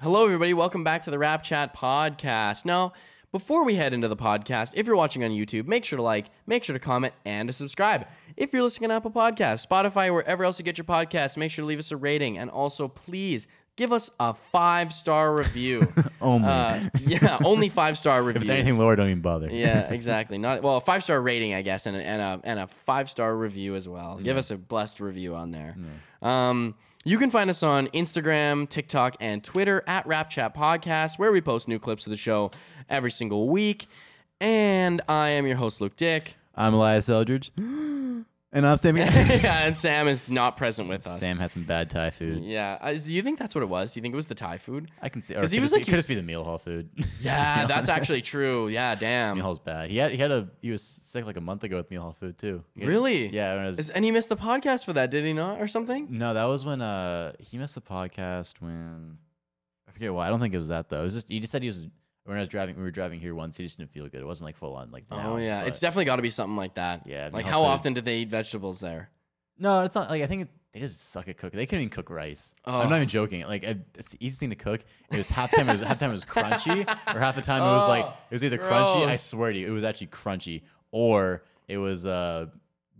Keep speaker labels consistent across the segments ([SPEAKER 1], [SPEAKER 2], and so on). [SPEAKER 1] Hello, everybody. Welcome back to the Rap Chat podcast. Now, before we head into the podcast, if you're watching on YouTube, make sure to like, make sure to comment, and to subscribe. If you're listening on Apple Podcasts, Spotify, wherever else you get your podcasts, make sure to leave us a rating. And also, please give us a five star review.
[SPEAKER 2] Only.
[SPEAKER 1] Uh, yeah, only five star
[SPEAKER 2] if
[SPEAKER 1] reviews.
[SPEAKER 2] it's anything lower, don't even bother.
[SPEAKER 1] Yeah, exactly. Not well, a five star rating, I guess, and a, and a and a five star review as well. Give us a blessed review on there. Um, you can find us on Instagram, TikTok, and Twitter at Rap Chat Podcast, where we post new clips of the show every single week. And I am your host, Luke Dick.
[SPEAKER 2] I'm Elias Eldridge. and I'm Sam.
[SPEAKER 1] and Sam is not present with us.
[SPEAKER 2] Sam had some bad Thai food.
[SPEAKER 1] Yeah, Uh, do you think that's what it was? Do you think it was the Thai food?
[SPEAKER 2] I can see. Because
[SPEAKER 1] 'Cause
[SPEAKER 2] he
[SPEAKER 1] he was
[SPEAKER 2] it
[SPEAKER 1] like-
[SPEAKER 2] could just be the meal hall food.
[SPEAKER 1] Yeah, that's actually true. Yeah,
[SPEAKER 2] meal
[SPEAKER 1] damn.
[SPEAKER 2] hall's bad. He had he had a he was sick like a month ago with meal hall food too. He had-
[SPEAKER 1] Really?
[SPEAKER 2] Yeah. When it was,
[SPEAKER 1] Is, and he missed the podcast for that, did he not, or something?
[SPEAKER 2] no, that was when uh he missed the podcast when I forget why. I don't think it was that though. It was just he just said he was when I was driving. We were driving here once. He just didn't feel good. It wasn't like full on like.
[SPEAKER 1] oh
[SPEAKER 2] down,
[SPEAKER 1] yeah,
[SPEAKER 2] but-
[SPEAKER 1] it's definitely got to be something like that.
[SPEAKER 2] Yeah, I mean,
[SPEAKER 1] Like
[SPEAKER 2] health
[SPEAKER 1] how
[SPEAKER 2] food-
[SPEAKER 1] often did they eat vegetables there?
[SPEAKER 2] No, it's not like I think it, they just suck at cooking. They couldn't even cook rice.
[SPEAKER 1] Oh.
[SPEAKER 2] I'm not even joking. Like I, it's the easiest thing to cook. It was half the time it was half the time it was crunchy, or half the time it was like
[SPEAKER 1] Oh,
[SPEAKER 2] it was either crunchy. I
[SPEAKER 1] gross.
[SPEAKER 2] swear to you, it was actually crunchy, or it was uh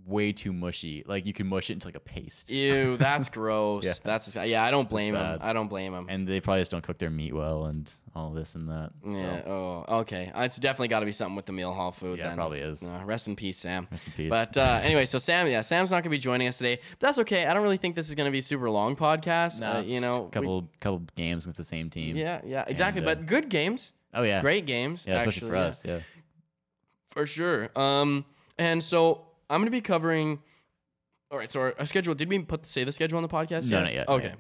[SPEAKER 2] way too mushy. Like you could mush it into like a paste.
[SPEAKER 1] Ew, that's gross.
[SPEAKER 2] Yeah.
[SPEAKER 1] That's yeah. I don't blame him.
[SPEAKER 2] bad.
[SPEAKER 1] I don't blame him.
[SPEAKER 2] And they probably just don't cook their meat well and all this and that. So
[SPEAKER 1] yeah. Oh, okay. It's definitely got to be something with the meal hall food.
[SPEAKER 2] Yeah, it
[SPEAKER 1] then.
[SPEAKER 2] probably is.
[SPEAKER 1] Uh, rest in peace, Sam.
[SPEAKER 2] Rest in peace.
[SPEAKER 1] But uh, anyway, so Sam, yeah, Sam's not gonna be joining us today. But that's okay. I don't really think this is gonna be a super long podcast. uh, you
[SPEAKER 2] just
[SPEAKER 1] know,
[SPEAKER 2] a
[SPEAKER 1] we-
[SPEAKER 2] couple couple games with the same team.
[SPEAKER 1] yeah, yeah, exactly.
[SPEAKER 2] uh,
[SPEAKER 1] but good games,
[SPEAKER 2] Oh yeah.
[SPEAKER 1] great games.
[SPEAKER 2] Yeah,
[SPEAKER 1] actually,
[SPEAKER 2] especially for
[SPEAKER 1] yeah.
[SPEAKER 2] us. Yeah.
[SPEAKER 1] For sure. Um, and so I'm gonna be covering. All right, so our, our schedule. Did we put say the schedule on the podcast?
[SPEAKER 2] No, not yet, not
[SPEAKER 1] Okay.
[SPEAKER 2] yet.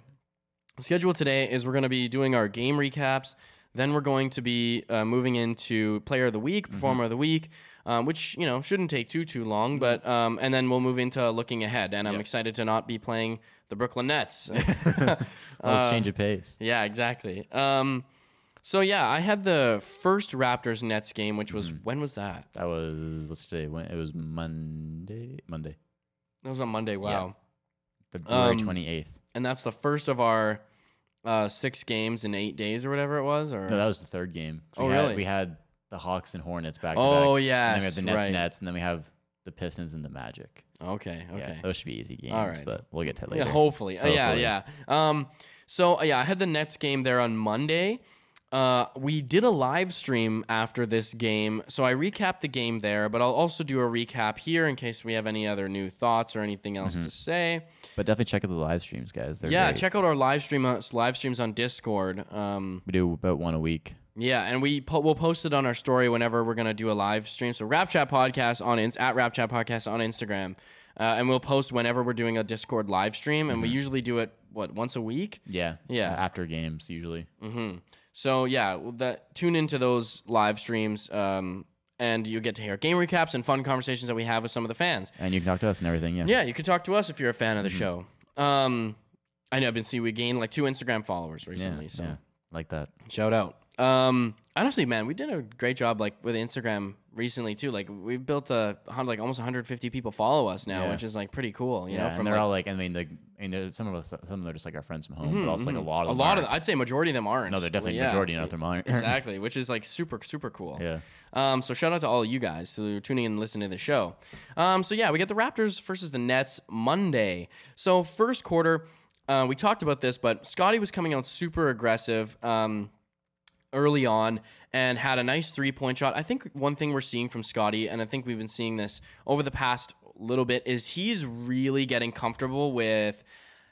[SPEAKER 1] The Schedule today is we're gonna be doing our game recaps. Then we're going to be uh, moving into player of the week,
[SPEAKER 2] Mm-hmm.
[SPEAKER 1] performer of the week, um, which you know shouldn't take too too
[SPEAKER 2] Mm-hmm.
[SPEAKER 1] long. But um, and then we'll move into looking ahead. And I'm excited to not be playing the Brooklyn Nets.
[SPEAKER 2] Little
[SPEAKER 1] Uh,
[SPEAKER 2] change of pace.
[SPEAKER 1] Yeah, exactly. Um, so yeah, I had the first Raptors Nets game, which was
[SPEAKER 2] Mm-hmm.
[SPEAKER 1] when was that?
[SPEAKER 2] That was what's today? When it was Monday. Monday.
[SPEAKER 1] That was on Monday. Wow.
[SPEAKER 2] February
[SPEAKER 1] Um,
[SPEAKER 2] twenty eighth.
[SPEAKER 1] and that's the first of our uh, six games in eight days or whatever it was. Or
[SPEAKER 2] No, that was the third game. 'Cause
[SPEAKER 1] Oh,
[SPEAKER 2] we had,
[SPEAKER 1] really?
[SPEAKER 2] We had the Hawks and Hornets back to
[SPEAKER 1] oh
[SPEAKER 2] back.
[SPEAKER 1] yeah,
[SPEAKER 2] And then we have the Nets, Nets, and then we have the Pistons and the Magic.
[SPEAKER 1] Okay, okay.
[SPEAKER 2] Yeah, those should be easy games,
[SPEAKER 1] Alright.
[SPEAKER 2] but we'll get to it
[SPEAKER 1] Yeah,
[SPEAKER 2] later.
[SPEAKER 1] hopefully. Uh,
[SPEAKER 2] Hopefully.
[SPEAKER 1] yeah, yeah. Um, so uh, yeah, I had the Nets game there on Monday. Uh, we did a live stream after this game, so I recapped the game there, but I'll also do a recap here in case we have any other new thoughts or anything else to say.
[SPEAKER 2] but definitely check out the live streams, guys. They're
[SPEAKER 1] Yeah,
[SPEAKER 2] Mm-hmm. great.
[SPEAKER 1] check out our live stream uh, live streams on Discord. Um,
[SPEAKER 2] We do about one a week.
[SPEAKER 1] Yeah, and we po- we'll post it on our story whenever we're gonna do a live stream. So Rap Chat Podcast on ins- at Rap Chat Podcast on Instagram, uh, and we'll post whenever we're doing a Discord live stream, and
[SPEAKER 2] Mm-hmm.
[SPEAKER 1] we usually do it what once a week.
[SPEAKER 2] Yeah.
[SPEAKER 1] Yeah. Mm.
[SPEAKER 2] uh, After games, usually.
[SPEAKER 1] So yeah, well, that tune into those live streams, um, and you get to hear game recaps and fun conversations that we have with some of the fans.
[SPEAKER 2] And you can talk to us and everything. Yeah.
[SPEAKER 1] Yeah, you can talk to us if you're a fan of the
[SPEAKER 2] Mm-hmm.
[SPEAKER 1] show. Um, I know I've been seeing we gained like two Instagram followers recently, so.
[SPEAKER 2] yeah. Like that.
[SPEAKER 1] Shout out. Um, honestly, man, we did a great job like with Instagram recently too. Like we've built a hun- like almost 150 people follow us now,
[SPEAKER 2] Yeah.
[SPEAKER 1] which is like pretty cool. You
[SPEAKER 2] yeah.
[SPEAKER 1] know,
[SPEAKER 2] and
[SPEAKER 1] from
[SPEAKER 2] they're
[SPEAKER 1] like,
[SPEAKER 2] all like, I mean, the, I mean, there's some of us, some of them are just like our friends from home, but also like a lot of
[SPEAKER 1] Mm-hmm, a
[SPEAKER 2] them
[SPEAKER 1] lot of
[SPEAKER 2] aren't.
[SPEAKER 1] I'd say majority of them aren't.
[SPEAKER 2] No, they're definitely
[SPEAKER 1] Yeah.
[SPEAKER 2] majority not them aren't.
[SPEAKER 1] exactly, which is like super super cool.
[SPEAKER 2] yeah.
[SPEAKER 1] Um, so shout out to all you guys who are tuning in and listening to the show. Um, so yeah, we get the Raptors versus the Nets Monday. So first quarter, uh, we talked about this, but Scotty was coming out super aggressive um, early on and had a nice three point shot. I think one thing we're seeing from Scotty, and I think we've been seeing this over the past little bit, is he's really getting comfortable with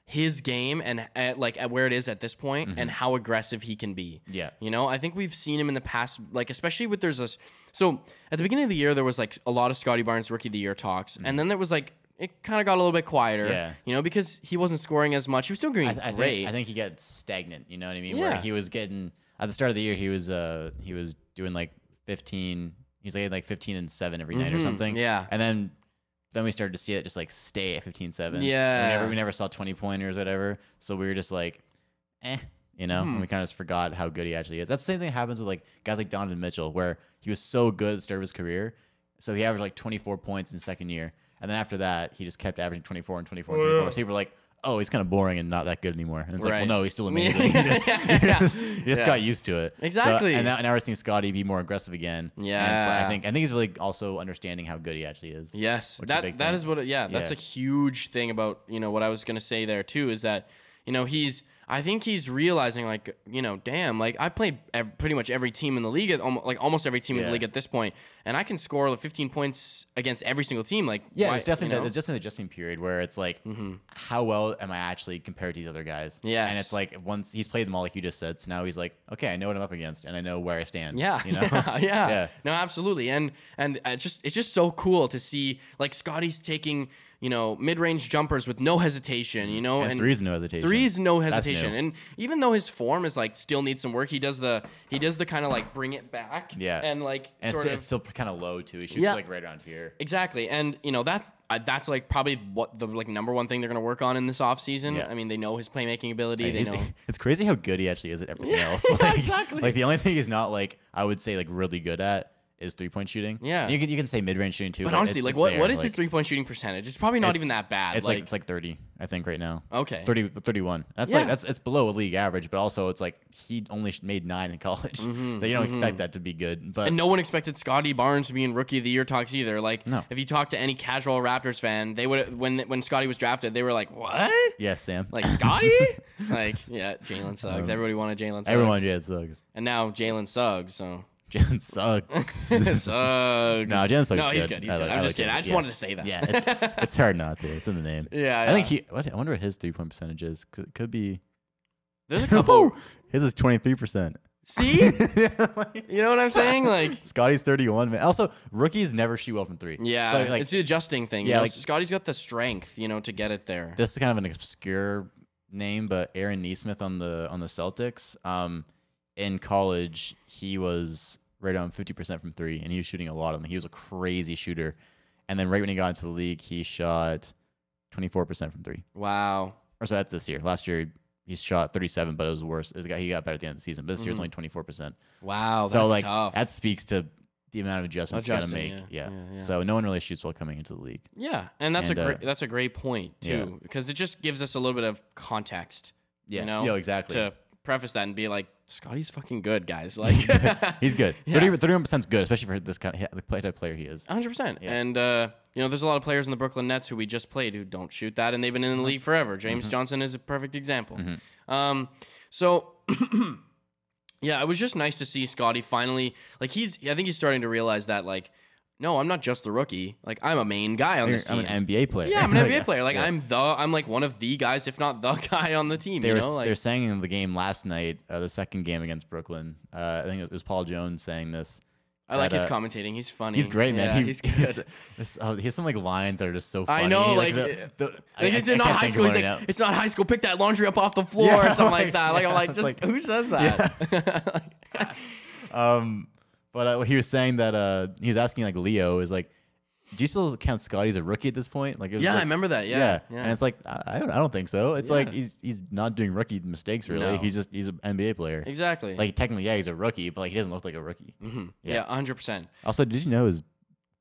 [SPEAKER 1] his game and at, like at where it is at this point and how aggressive he can be.
[SPEAKER 2] Mm-hmm. Yeah.
[SPEAKER 1] You know, I think we've seen him in the past, like especially with there's a s- so at the beginning of the year there was like a lot of Scotty Barnes rookie of the year talks, and then there was like it kind of got a little bit quieter.
[SPEAKER 2] Mm-hmm. Yeah.
[SPEAKER 1] You know, because he wasn't scoring as much. He was still doing
[SPEAKER 2] I, th- I
[SPEAKER 1] great.
[SPEAKER 2] think I think he got stagnant. You know what I mean? Where
[SPEAKER 1] Yeah.
[SPEAKER 2] he was getting at the start of the year, he was uh he was doing like fifteen. He's like like fifteen and seven every night or
[SPEAKER 1] Mhm,
[SPEAKER 2] something.
[SPEAKER 1] yeah.
[SPEAKER 2] and then then we started to see it just like stay at 15-7. we
[SPEAKER 1] Yeah.
[SPEAKER 2] never, we never saw twenty pointers, whatever. So we were just like, eh, you know,
[SPEAKER 1] Hmm.
[SPEAKER 2] and we kind of just forgot how good he actually is. That's the same thing that happens with like guys like Donovan Mitchell, where he was so good at the start of his career, so he averaged like twenty four points in second year, and then after that he just kept averaging twenty four and 24 and 24. So people were like. oh, he's kind of boring and not that good anymore. And it's
[SPEAKER 1] Right.
[SPEAKER 2] like, well, no, he's still
[SPEAKER 1] Yeah.
[SPEAKER 2] amazing. you just, you
[SPEAKER 1] Yeah.
[SPEAKER 2] just- you just
[SPEAKER 1] Yeah.
[SPEAKER 2] got used to it. So,
[SPEAKER 1] Exactly.
[SPEAKER 2] and now, now we're seeing Scotty be more aggressive again. And it's like-
[SPEAKER 1] Yeah.
[SPEAKER 2] I think I think he's really also understanding how good he actually is.
[SPEAKER 1] Yes,
[SPEAKER 2] which is a
[SPEAKER 1] that
[SPEAKER 2] big
[SPEAKER 1] that
[SPEAKER 2] thing.
[SPEAKER 1] is what. Yeah, that's
[SPEAKER 2] Yeah.
[SPEAKER 1] a huge thing about you know what I was gonna say there too is that you know he's I think he's realizing like you know damn like I played ev- pretty much every team in the league at almo- like almost every team in the
[SPEAKER 2] Yeah.
[SPEAKER 1] league at this point and I can score like 15 points against every single team like
[SPEAKER 2] Yeah,
[SPEAKER 1] why-
[SPEAKER 2] it's definitely
[SPEAKER 1] you know? Mm-hmm.
[SPEAKER 2] there's just an adjusting period where it's like, how well am I actually compared to these other guys? and
[SPEAKER 1] Yes.
[SPEAKER 2] it's like once he's played them all, like you just said, so now he's like, okay, I know what I'm up against, and I know where I stand.
[SPEAKER 1] Yeah,
[SPEAKER 2] you know,
[SPEAKER 1] yeah, yeah,
[SPEAKER 2] Yeah.
[SPEAKER 1] No, absolutely, and and it's just it's just so cool to see like Scotty's taking you know mid range jumpers with no hesitation, you know,
[SPEAKER 2] and, three's no hesitation.
[SPEAKER 1] Three's no
[SPEAKER 2] That's new.
[SPEAKER 1] hesitation, and even though his form is like still needs some work, he does the he does the kind of like bring it back,
[SPEAKER 2] Yeah.
[SPEAKER 1] and like
[SPEAKER 2] and it's,
[SPEAKER 1] sort
[SPEAKER 2] still-
[SPEAKER 1] of
[SPEAKER 2] it's still kind of low too. He shoots
[SPEAKER 1] Yeah.
[SPEAKER 2] like right around here.
[SPEAKER 1] Exactly, and you know that's uh, that's like probably what the like number one thing they're gonna work on in this offseason.
[SPEAKER 2] Yeah.
[SPEAKER 1] I mean, they know his playmaking ability.
[SPEAKER 2] Like,
[SPEAKER 1] they
[SPEAKER 2] he's-
[SPEAKER 1] know
[SPEAKER 2] It's crazy how good he actually is at everything
[SPEAKER 1] Yeah,
[SPEAKER 2] else.
[SPEAKER 1] yeah,
[SPEAKER 2] Like,
[SPEAKER 1] exactly.
[SPEAKER 2] Like the only thing he's not like I would say like really good at is three point shooting.
[SPEAKER 1] Yeah.
[SPEAKER 2] And you can you can say mid range shooting too.
[SPEAKER 1] But honestly,
[SPEAKER 2] it's-
[SPEAKER 1] like
[SPEAKER 2] it's
[SPEAKER 1] what,
[SPEAKER 2] there.
[SPEAKER 1] what is
[SPEAKER 2] Like,
[SPEAKER 1] his three point shooting percentage? It's probably not
[SPEAKER 2] It's-
[SPEAKER 1] even that bad.
[SPEAKER 2] It's like, it's like thirty, I think, right now.
[SPEAKER 1] okay,
[SPEAKER 2] 30, 31. That's
[SPEAKER 1] Yeah.
[SPEAKER 2] like that's it's below a league average, but also it's like he only sh- made nine in college. so you don't expect that to be good. But
[SPEAKER 1] Mm-hmm, and no one expected Scotty Barnes to be in Rookie of the Year talks either. Like,
[SPEAKER 2] No.
[SPEAKER 1] if you talk to any casual Raptors fan, they would when when Scotty was drafted, they were like, "What?
[SPEAKER 2] yeah, Sam.
[SPEAKER 1] Like Scotty? like, yeah, Jalen Suggs. Everybody wanted Jalen Suggs.
[SPEAKER 2] Um, everyone, Jalen sucks.
[SPEAKER 1] and now Jalen Suggs. So
[SPEAKER 2] Jalen sucks.
[SPEAKER 1] Suggs.
[SPEAKER 2] No, Jalen Suggs.
[SPEAKER 1] No, he's
[SPEAKER 2] good.
[SPEAKER 1] good. He's
[SPEAKER 2] I
[SPEAKER 1] good.
[SPEAKER 2] like-
[SPEAKER 1] I'm
[SPEAKER 2] I
[SPEAKER 1] just
[SPEAKER 2] like
[SPEAKER 1] kidding.
[SPEAKER 2] Jalen.
[SPEAKER 1] I just
[SPEAKER 2] Yeah.
[SPEAKER 1] wanted to say that.
[SPEAKER 2] Yeah, it's, it's hard not to. It's in the name.
[SPEAKER 1] Yeah,
[SPEAKER 2] I think
[SPEAKER 1] yeah.
[SPEAKER 2] he. What, I wonder what his three point percentage is. Could, could be.
[SPEAKER 1] There's a couple.
[SPEAKER 2] his is twenty three percent.
[SPEAKER 1] See, you know what I'm saying? Like,
[SPEAKER 2] Scotty's thirty one. Man. Also, rookies never shoot well from three.
[SPEAKER 1] yeah,
[SPEAKER 2] So like
[SPEAKER 1] it's the adjusting thing. Yeah,
[SPEAKER 2] Yeah, like-
[SPEAKER 1] Scotty's got the strength, you know, to get it there.
[SPEAKER 2] this is kind of an obscure name, but Aaron Neesmith on the on the Celtics. Um, in college, he was right around fifty percent from three, and he was shooting a lot of them. He was a crazy shooter, and then right when he got into the league, he shot twenty four percent from three.
[SPEAKER 1] wow.
[SPEAKER 2] Or so that's this year. Last year. He shot 37, but it was worse. It got- He got better at the end of the season, but this year it's only 24. percent
[SPEAKER 1] Wow. Mm-hmm. Oh, That's
[SPEAKER 2] So like
[SPEAKER 1] tough.
[SPEAKER 2] that speaks to the amount of adjustments you
[SPEAKER 1] Adjusting,
[SPEAKER 2] gotta make.
[SPEAKER 1] yeah,
[SPEAKER 2] Yeah.
[SPEAKER 1] yeah, yeah.
[SPEAKER 2] So no one really shoots well coming into the league.
[SPEAKER 1] yeah, and that's
[SPEAKER 2] and,
[SPEAKER 1] a
[SPEAKER 2] uh,
[SPEAKER 1] great, that's a great point
[SPEAKER 2] yeah.
[SPEAKER 1] too, because it just gives us a little bit of context.
[SPEAKER 2] Yeah.
[SPEAKER 1] You know,
[SPEAKER 2] Yeah, exactly.
[SPEAKER 1] To preface that and be like, Scotty's fucking good, guys. Like,
[SPEAKER 2] He's good.
[SPEAKER 1] Yeah.
[SPEAKER 2] 30 31 percent is good, especially for this kind of the play type player he is.
[SPEAKER 1] 100%. And, uh, you know, there's a lot of players in the Brooklyn Nets who we just played who don't shoot that, and they've been in the league
[SPEAKER 2] Mm-hmm.
[SPEAKER 1] forever. James Johnson is a perfect example. Um, so, yeah, it was just nice to see Scotty finally. Like, he's, I think he's starting to realize that, like, no, I'm not just the rookie. Like, I'm a main guy on this
[SPEAKER 2] I'm
[SPEAKER 1] team.
[SPEAKER 2] an NBA player.
[SPEAKER 1] yeah, I'm an
[SPEAKER 2] Like,
[SPEAKER 1] NBA player. Like,
[SPEAKER 2] yeah.
[SPEAKER 1] I'm the, I'm like one of the guys, if not the guy on the team.
[SPEAKER 2] They
[SPEAKER 1] you
[SPEAKER 2] were
[SPEAKER 1] know, like,
[SPEAKER 2] they're saying in the game last night, uh, the second game against Brooklyn. Uh, I think it was Paul Jones saying this.
[SPEAKER 1] I like
[SPEAKER 2] that,
[SPEAKER 1] his
[SPEAKER 2] uh,
[SPEAKER 1] commentating. He's funny.
[SPEAKER 2] He's great, man.
[SPEAKER 1] Yeah,
[SPEAKER 2] He-
[SPEAKER 1] he's good.
[SPEAKER 2] he's, he's- oh, he has some like lines that are just so
[SPEAKER 1] I
[SPEAKER 2] funny.
[SPEAKER 1] know, like, eh,
[SPEAKER 2] the- the-
[SPEAKER 1] Like, it's not
[SPEAKER 2] can't
[SPEAKER 1] high
[SPEAKER 2] think of
[SPEAKER 1] school. He's
[SPEAKER 2] one
[SPEAKER 1] like,
[SPEAKER 2] right now.
[SPEAKER 1] it's not high school. Pick that laundry up off the floor or
[SPEAKER 2] Yeah,
[SPEAKER 1] something like
[SPEAKER 2] like,
[SPEAKER 1] that. Like I'm
[SPEAKER 2] yeah,
[SPEAKER 1] like,
[SPEAKER 2] it's
[SPEAKER 1] just
[SPEAKER 2] like-
[SPEAKER 1] who says that?
[SPEAKER 2] Um, but uh, he was saying that uh, he was asking like Leo is like, do you still count Scotty as a rookie at this point? Like, it was
[SPEAKER 1] yeah, I
[SPEAKER 2] like-
[SPEAKER 1] remember that. Yeah,
[SPEAKER 2] and it's like I, I don't, I don't think so. It's like
[SPEAKER 1] Yes.
[SPEAKER 2] he's he's not doing rookie mistakes really.
[SPEAKER 1] No.
[SPEAKER 2] He's just he's an NBA player.
[SPEAKER 1] exactly.
[SPEAKER 2] Like technically, yeah, he's a rookie, but like he doesn't look like a rookie.
[SPEAKER 1] Mhm.
[SPEAKER 2] yeah.
[SPEAKER 1] yeah, hundred percent.
[SPEAKER 2] Also, did you know his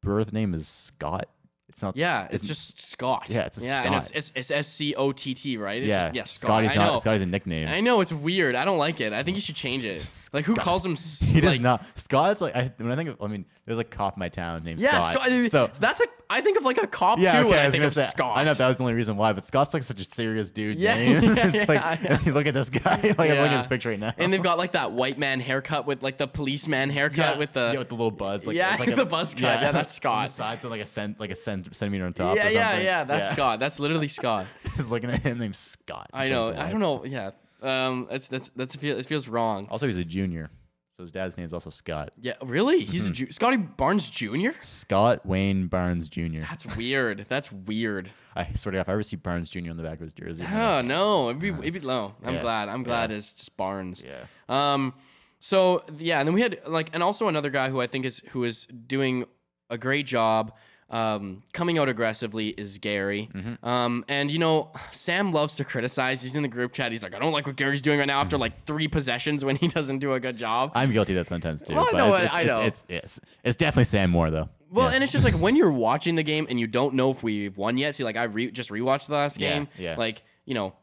[SPEAKER 2] birth name is Scott? It's not.
[SPEAKER 1] Yeah, it's just Scott.
[SPEAKER 2] Yeah, it's a
[SPEAKER 1] yeah, and it's
[SPEAKER 2] Scott.
[SPEAKER 1] it's- it's S C O T T, right? It's
[SPEAKER 2] yeah.
[SPEAKER 1] just, yeah, Scott.
[SPEAKER 2] Scotty's
[SPEAKER 1] I
[SPEAKER 2] not.
[SPEAKER 1] know.
[SPEAKER 2] Scotty's a nickname.
[SPEAKER 1] I know it's weird. I don't like it. I think you should change it. Like who calls him? s-
[SPEAKER 2] he does
[SPEAKER 1] like,
[SPEAKER 2] not. Scott's like I, when I think of. I mean, there's a cop in my town named
[SPEAKER 1] Yeah,
[SPEAKER 2] Scott.
[SPEAKER 1] Scott.
[SPEAKER 2] So
[SPEAKER 1] that's like I think of like a cop
[SPEAKER 2] Yeah,
[SPEAKER 1] too.
[SPEAKER 2] okay.
[SPEAKER 1] when
[SPEAKER 2] I,
[SPEAKER 1] I
[SPEAKER 2] was
[SPEAKER 1] think
[SPEAKER 2] gonna
[SPEAKER 1] of
[SPEAKER 2] say,
[SPEAKER 1] Scott.
[SPEAKER 2] I know that was the only reason why, but Scott's like such a serious dude.
[SPEAKER 1] Yeah,
[SPEAKER 2] name.
[SPEAKER 1] yeah,
[SPEAKER 2] it's like
[SPEAKER 1] yeah.
[SPEAKER 2] look at this guy. Like I'm looking
[SPEAKER 1] Yeah.
[SPEAKER 2] at his picture right now.
[SPEAKER 1] And they've got like that white man haircut with like the policeman haircut
[SPEAKER 2] yeah,
[SPEAKER 1] with the
[SPEAKER 2] yeah, with the little buzz. Like,
[SPEAKER 1] Yeah,
[SPEAKER 2] it's like a,
[SPEAKER 1] the buzz cut. Yeah, that's
[SPEAKER 2] on the
[SPEAKER 1] Scott.
[SPEAKER 2] sides are like a cent, like a cent, centimeter on top.
[SPEAKER 1] yeah,
[SPEAKER 2] or
[SPEAKER 1] yeah,
[SPEAKER 2] something.
[SPEAKER 1] yeah. That's Scott. That's literally Scott.
[SPEAKER 2] He's looking at him named Scott.
[SPEAKER 1] I
[SPEAKER 2] It's
[SPEAKER 1] know.
[SPEAKER 2] like,
[SPEAKER 1] I
[SPEAKER 2] what?
[SPEAKER 1] don't know. Yeah. Um. It's that's that's it feels, it feels wrong.
[SPEAKER 2] Also, he's a junior, so his dad's name's also Scott.
[SPEAKER 1] Yeah. Really?
[SPEAKER 2] mm-hmm.
[SPEAKER 1] He's a Ju- Scotty Barnes Jr.
[SPEAKER 2] Scott Wayne Barnes Jr.
[SPEAKER 1] That's weird. That's weird.
[SPEAKER 2] I swear to God, if I ever see Barnes Jr. on the back of his jersey, I'm
[SPEAKER 1] Oh
[SPEAKER 2] like,
[SPEAKER 1] no. It'd be it'd be low. I'm
[SPEAKER 2] Yeah.
[SPEAKER 1] glad. I'm glad it's just Barnes.
[SPEAKER 2] yeah.
[SPEAKER 1] Um, so yeah, and then we had like, and also another guy who I think is who is doing a great job, um, coming out aggressively is Gary.
[SPEAKER 2] Mm-hmm.
[SPEAKER 1] Um, and you know, Sam loves to criticize. He's in the group chat. He's like, I don't like what Gary's doing right now after
[SPEAKER 2] Mm-hmm.
[SPEAKER 1] like three possessions when he doesn't do a good job.
[SPEAKER 2] I'm guilty of that sometimes too.
[SPEAKER 1] Well, I
[SPEAKER 2] but
[SPEAKER 1] know,
[SPEAKER 2] it's,
[SPEAKER 1] I- I
[SPEAKER 2] it's-
[SPEAKER 1] know.
[SPEAKER 2] It's, it's, it's, definitely Sam Moore though.
[SPEAKER 1] Well,
[SPEAKER 2] Yeah.
[SPEAKER 1] and it's just like when you're watching the game and you don't know if we've won yet. See, like I re- just rewatched the last
[SPEAKER 2] Yeah,
[SPEAKER 1] game.
[SPEAKER 2] yeah.
[SPEAKER 1] Like you know,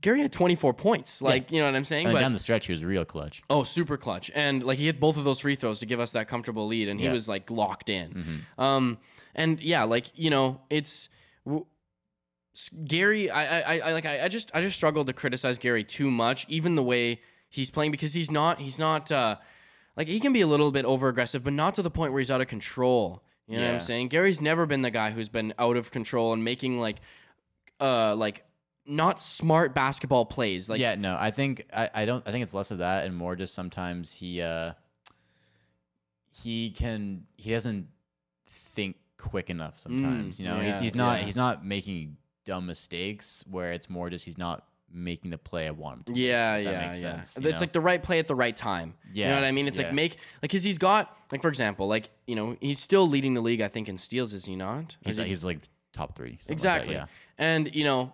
[SPEAKER 1] Gary had 24 points. Like, you know what I'm saying?
[SPEAKER 2] And
[SPEAKER 1] but
[SPEAKER 2] down the stretch, he was real clutch.
[SPEAKER 1] Oh, super clutch. And like he hit both of those free throws to give us that comfortable lead and he
[SPEAKER 2] Yeah. Mm-hmm.
[SPEAKER 1] was like locked in. Um and yeah, like, you know, it's w- s- Gary I I I- I like I, I just I just struggled to criticize Gary too much even the way he's playing because he's not he's not uh like he can be a little bit over aggressive but not to the point where he's out of control. You know what
[SPEAKER 2] Yeah.
[SPEAKER 1] I'm saying? Gary's never been the guy who's been out of control and making like uh like not smart basketball plays. Like
[SPEAKER 2] yeah, no, I think I, I don't I think it's less of that and more just sometimes he uh he can he doesn't think quick enough sometimes. you know,
[SPEAKER 1] Mm,
[SPEAKER 2] he's
[SPEAKER 1] yeah,
[SPEAKER 2] he's not
[SPEAKER 1] yeah.
[SPEAKER 2] he's not making dumb mistakes where it's more just he's not making the play I want him to. make,
[SPEAKER 1] Yeah,
[SPEAKER 2] if
[SPEAKER 1] yeah,
[SPEAKER 2] that makes
[SPEAKER 1] yeah.
[SPEAKER 2] sense.
[SPEAKER 1] It's
[SPEAKER 2] you know?
[SPEAKER 1] like the right play at the right time. you
[SPEAKER 2] Yeah,
[SPEAKER 1] know what I mean. It's
[SPEAKER 2] yeah.
[SPEAKER 1] like make like because he's got like for example like you know he's still leading the league I think in steals is he not? Is
[SPEAKER 2] he's
[SPEAKER 1] he-
[SPEAKER 2] like, he's like top three. something like that,
[SPEAKER 1] exactly.
[SPEAKER 2] yeah.
[SPEAKER 1] And you know,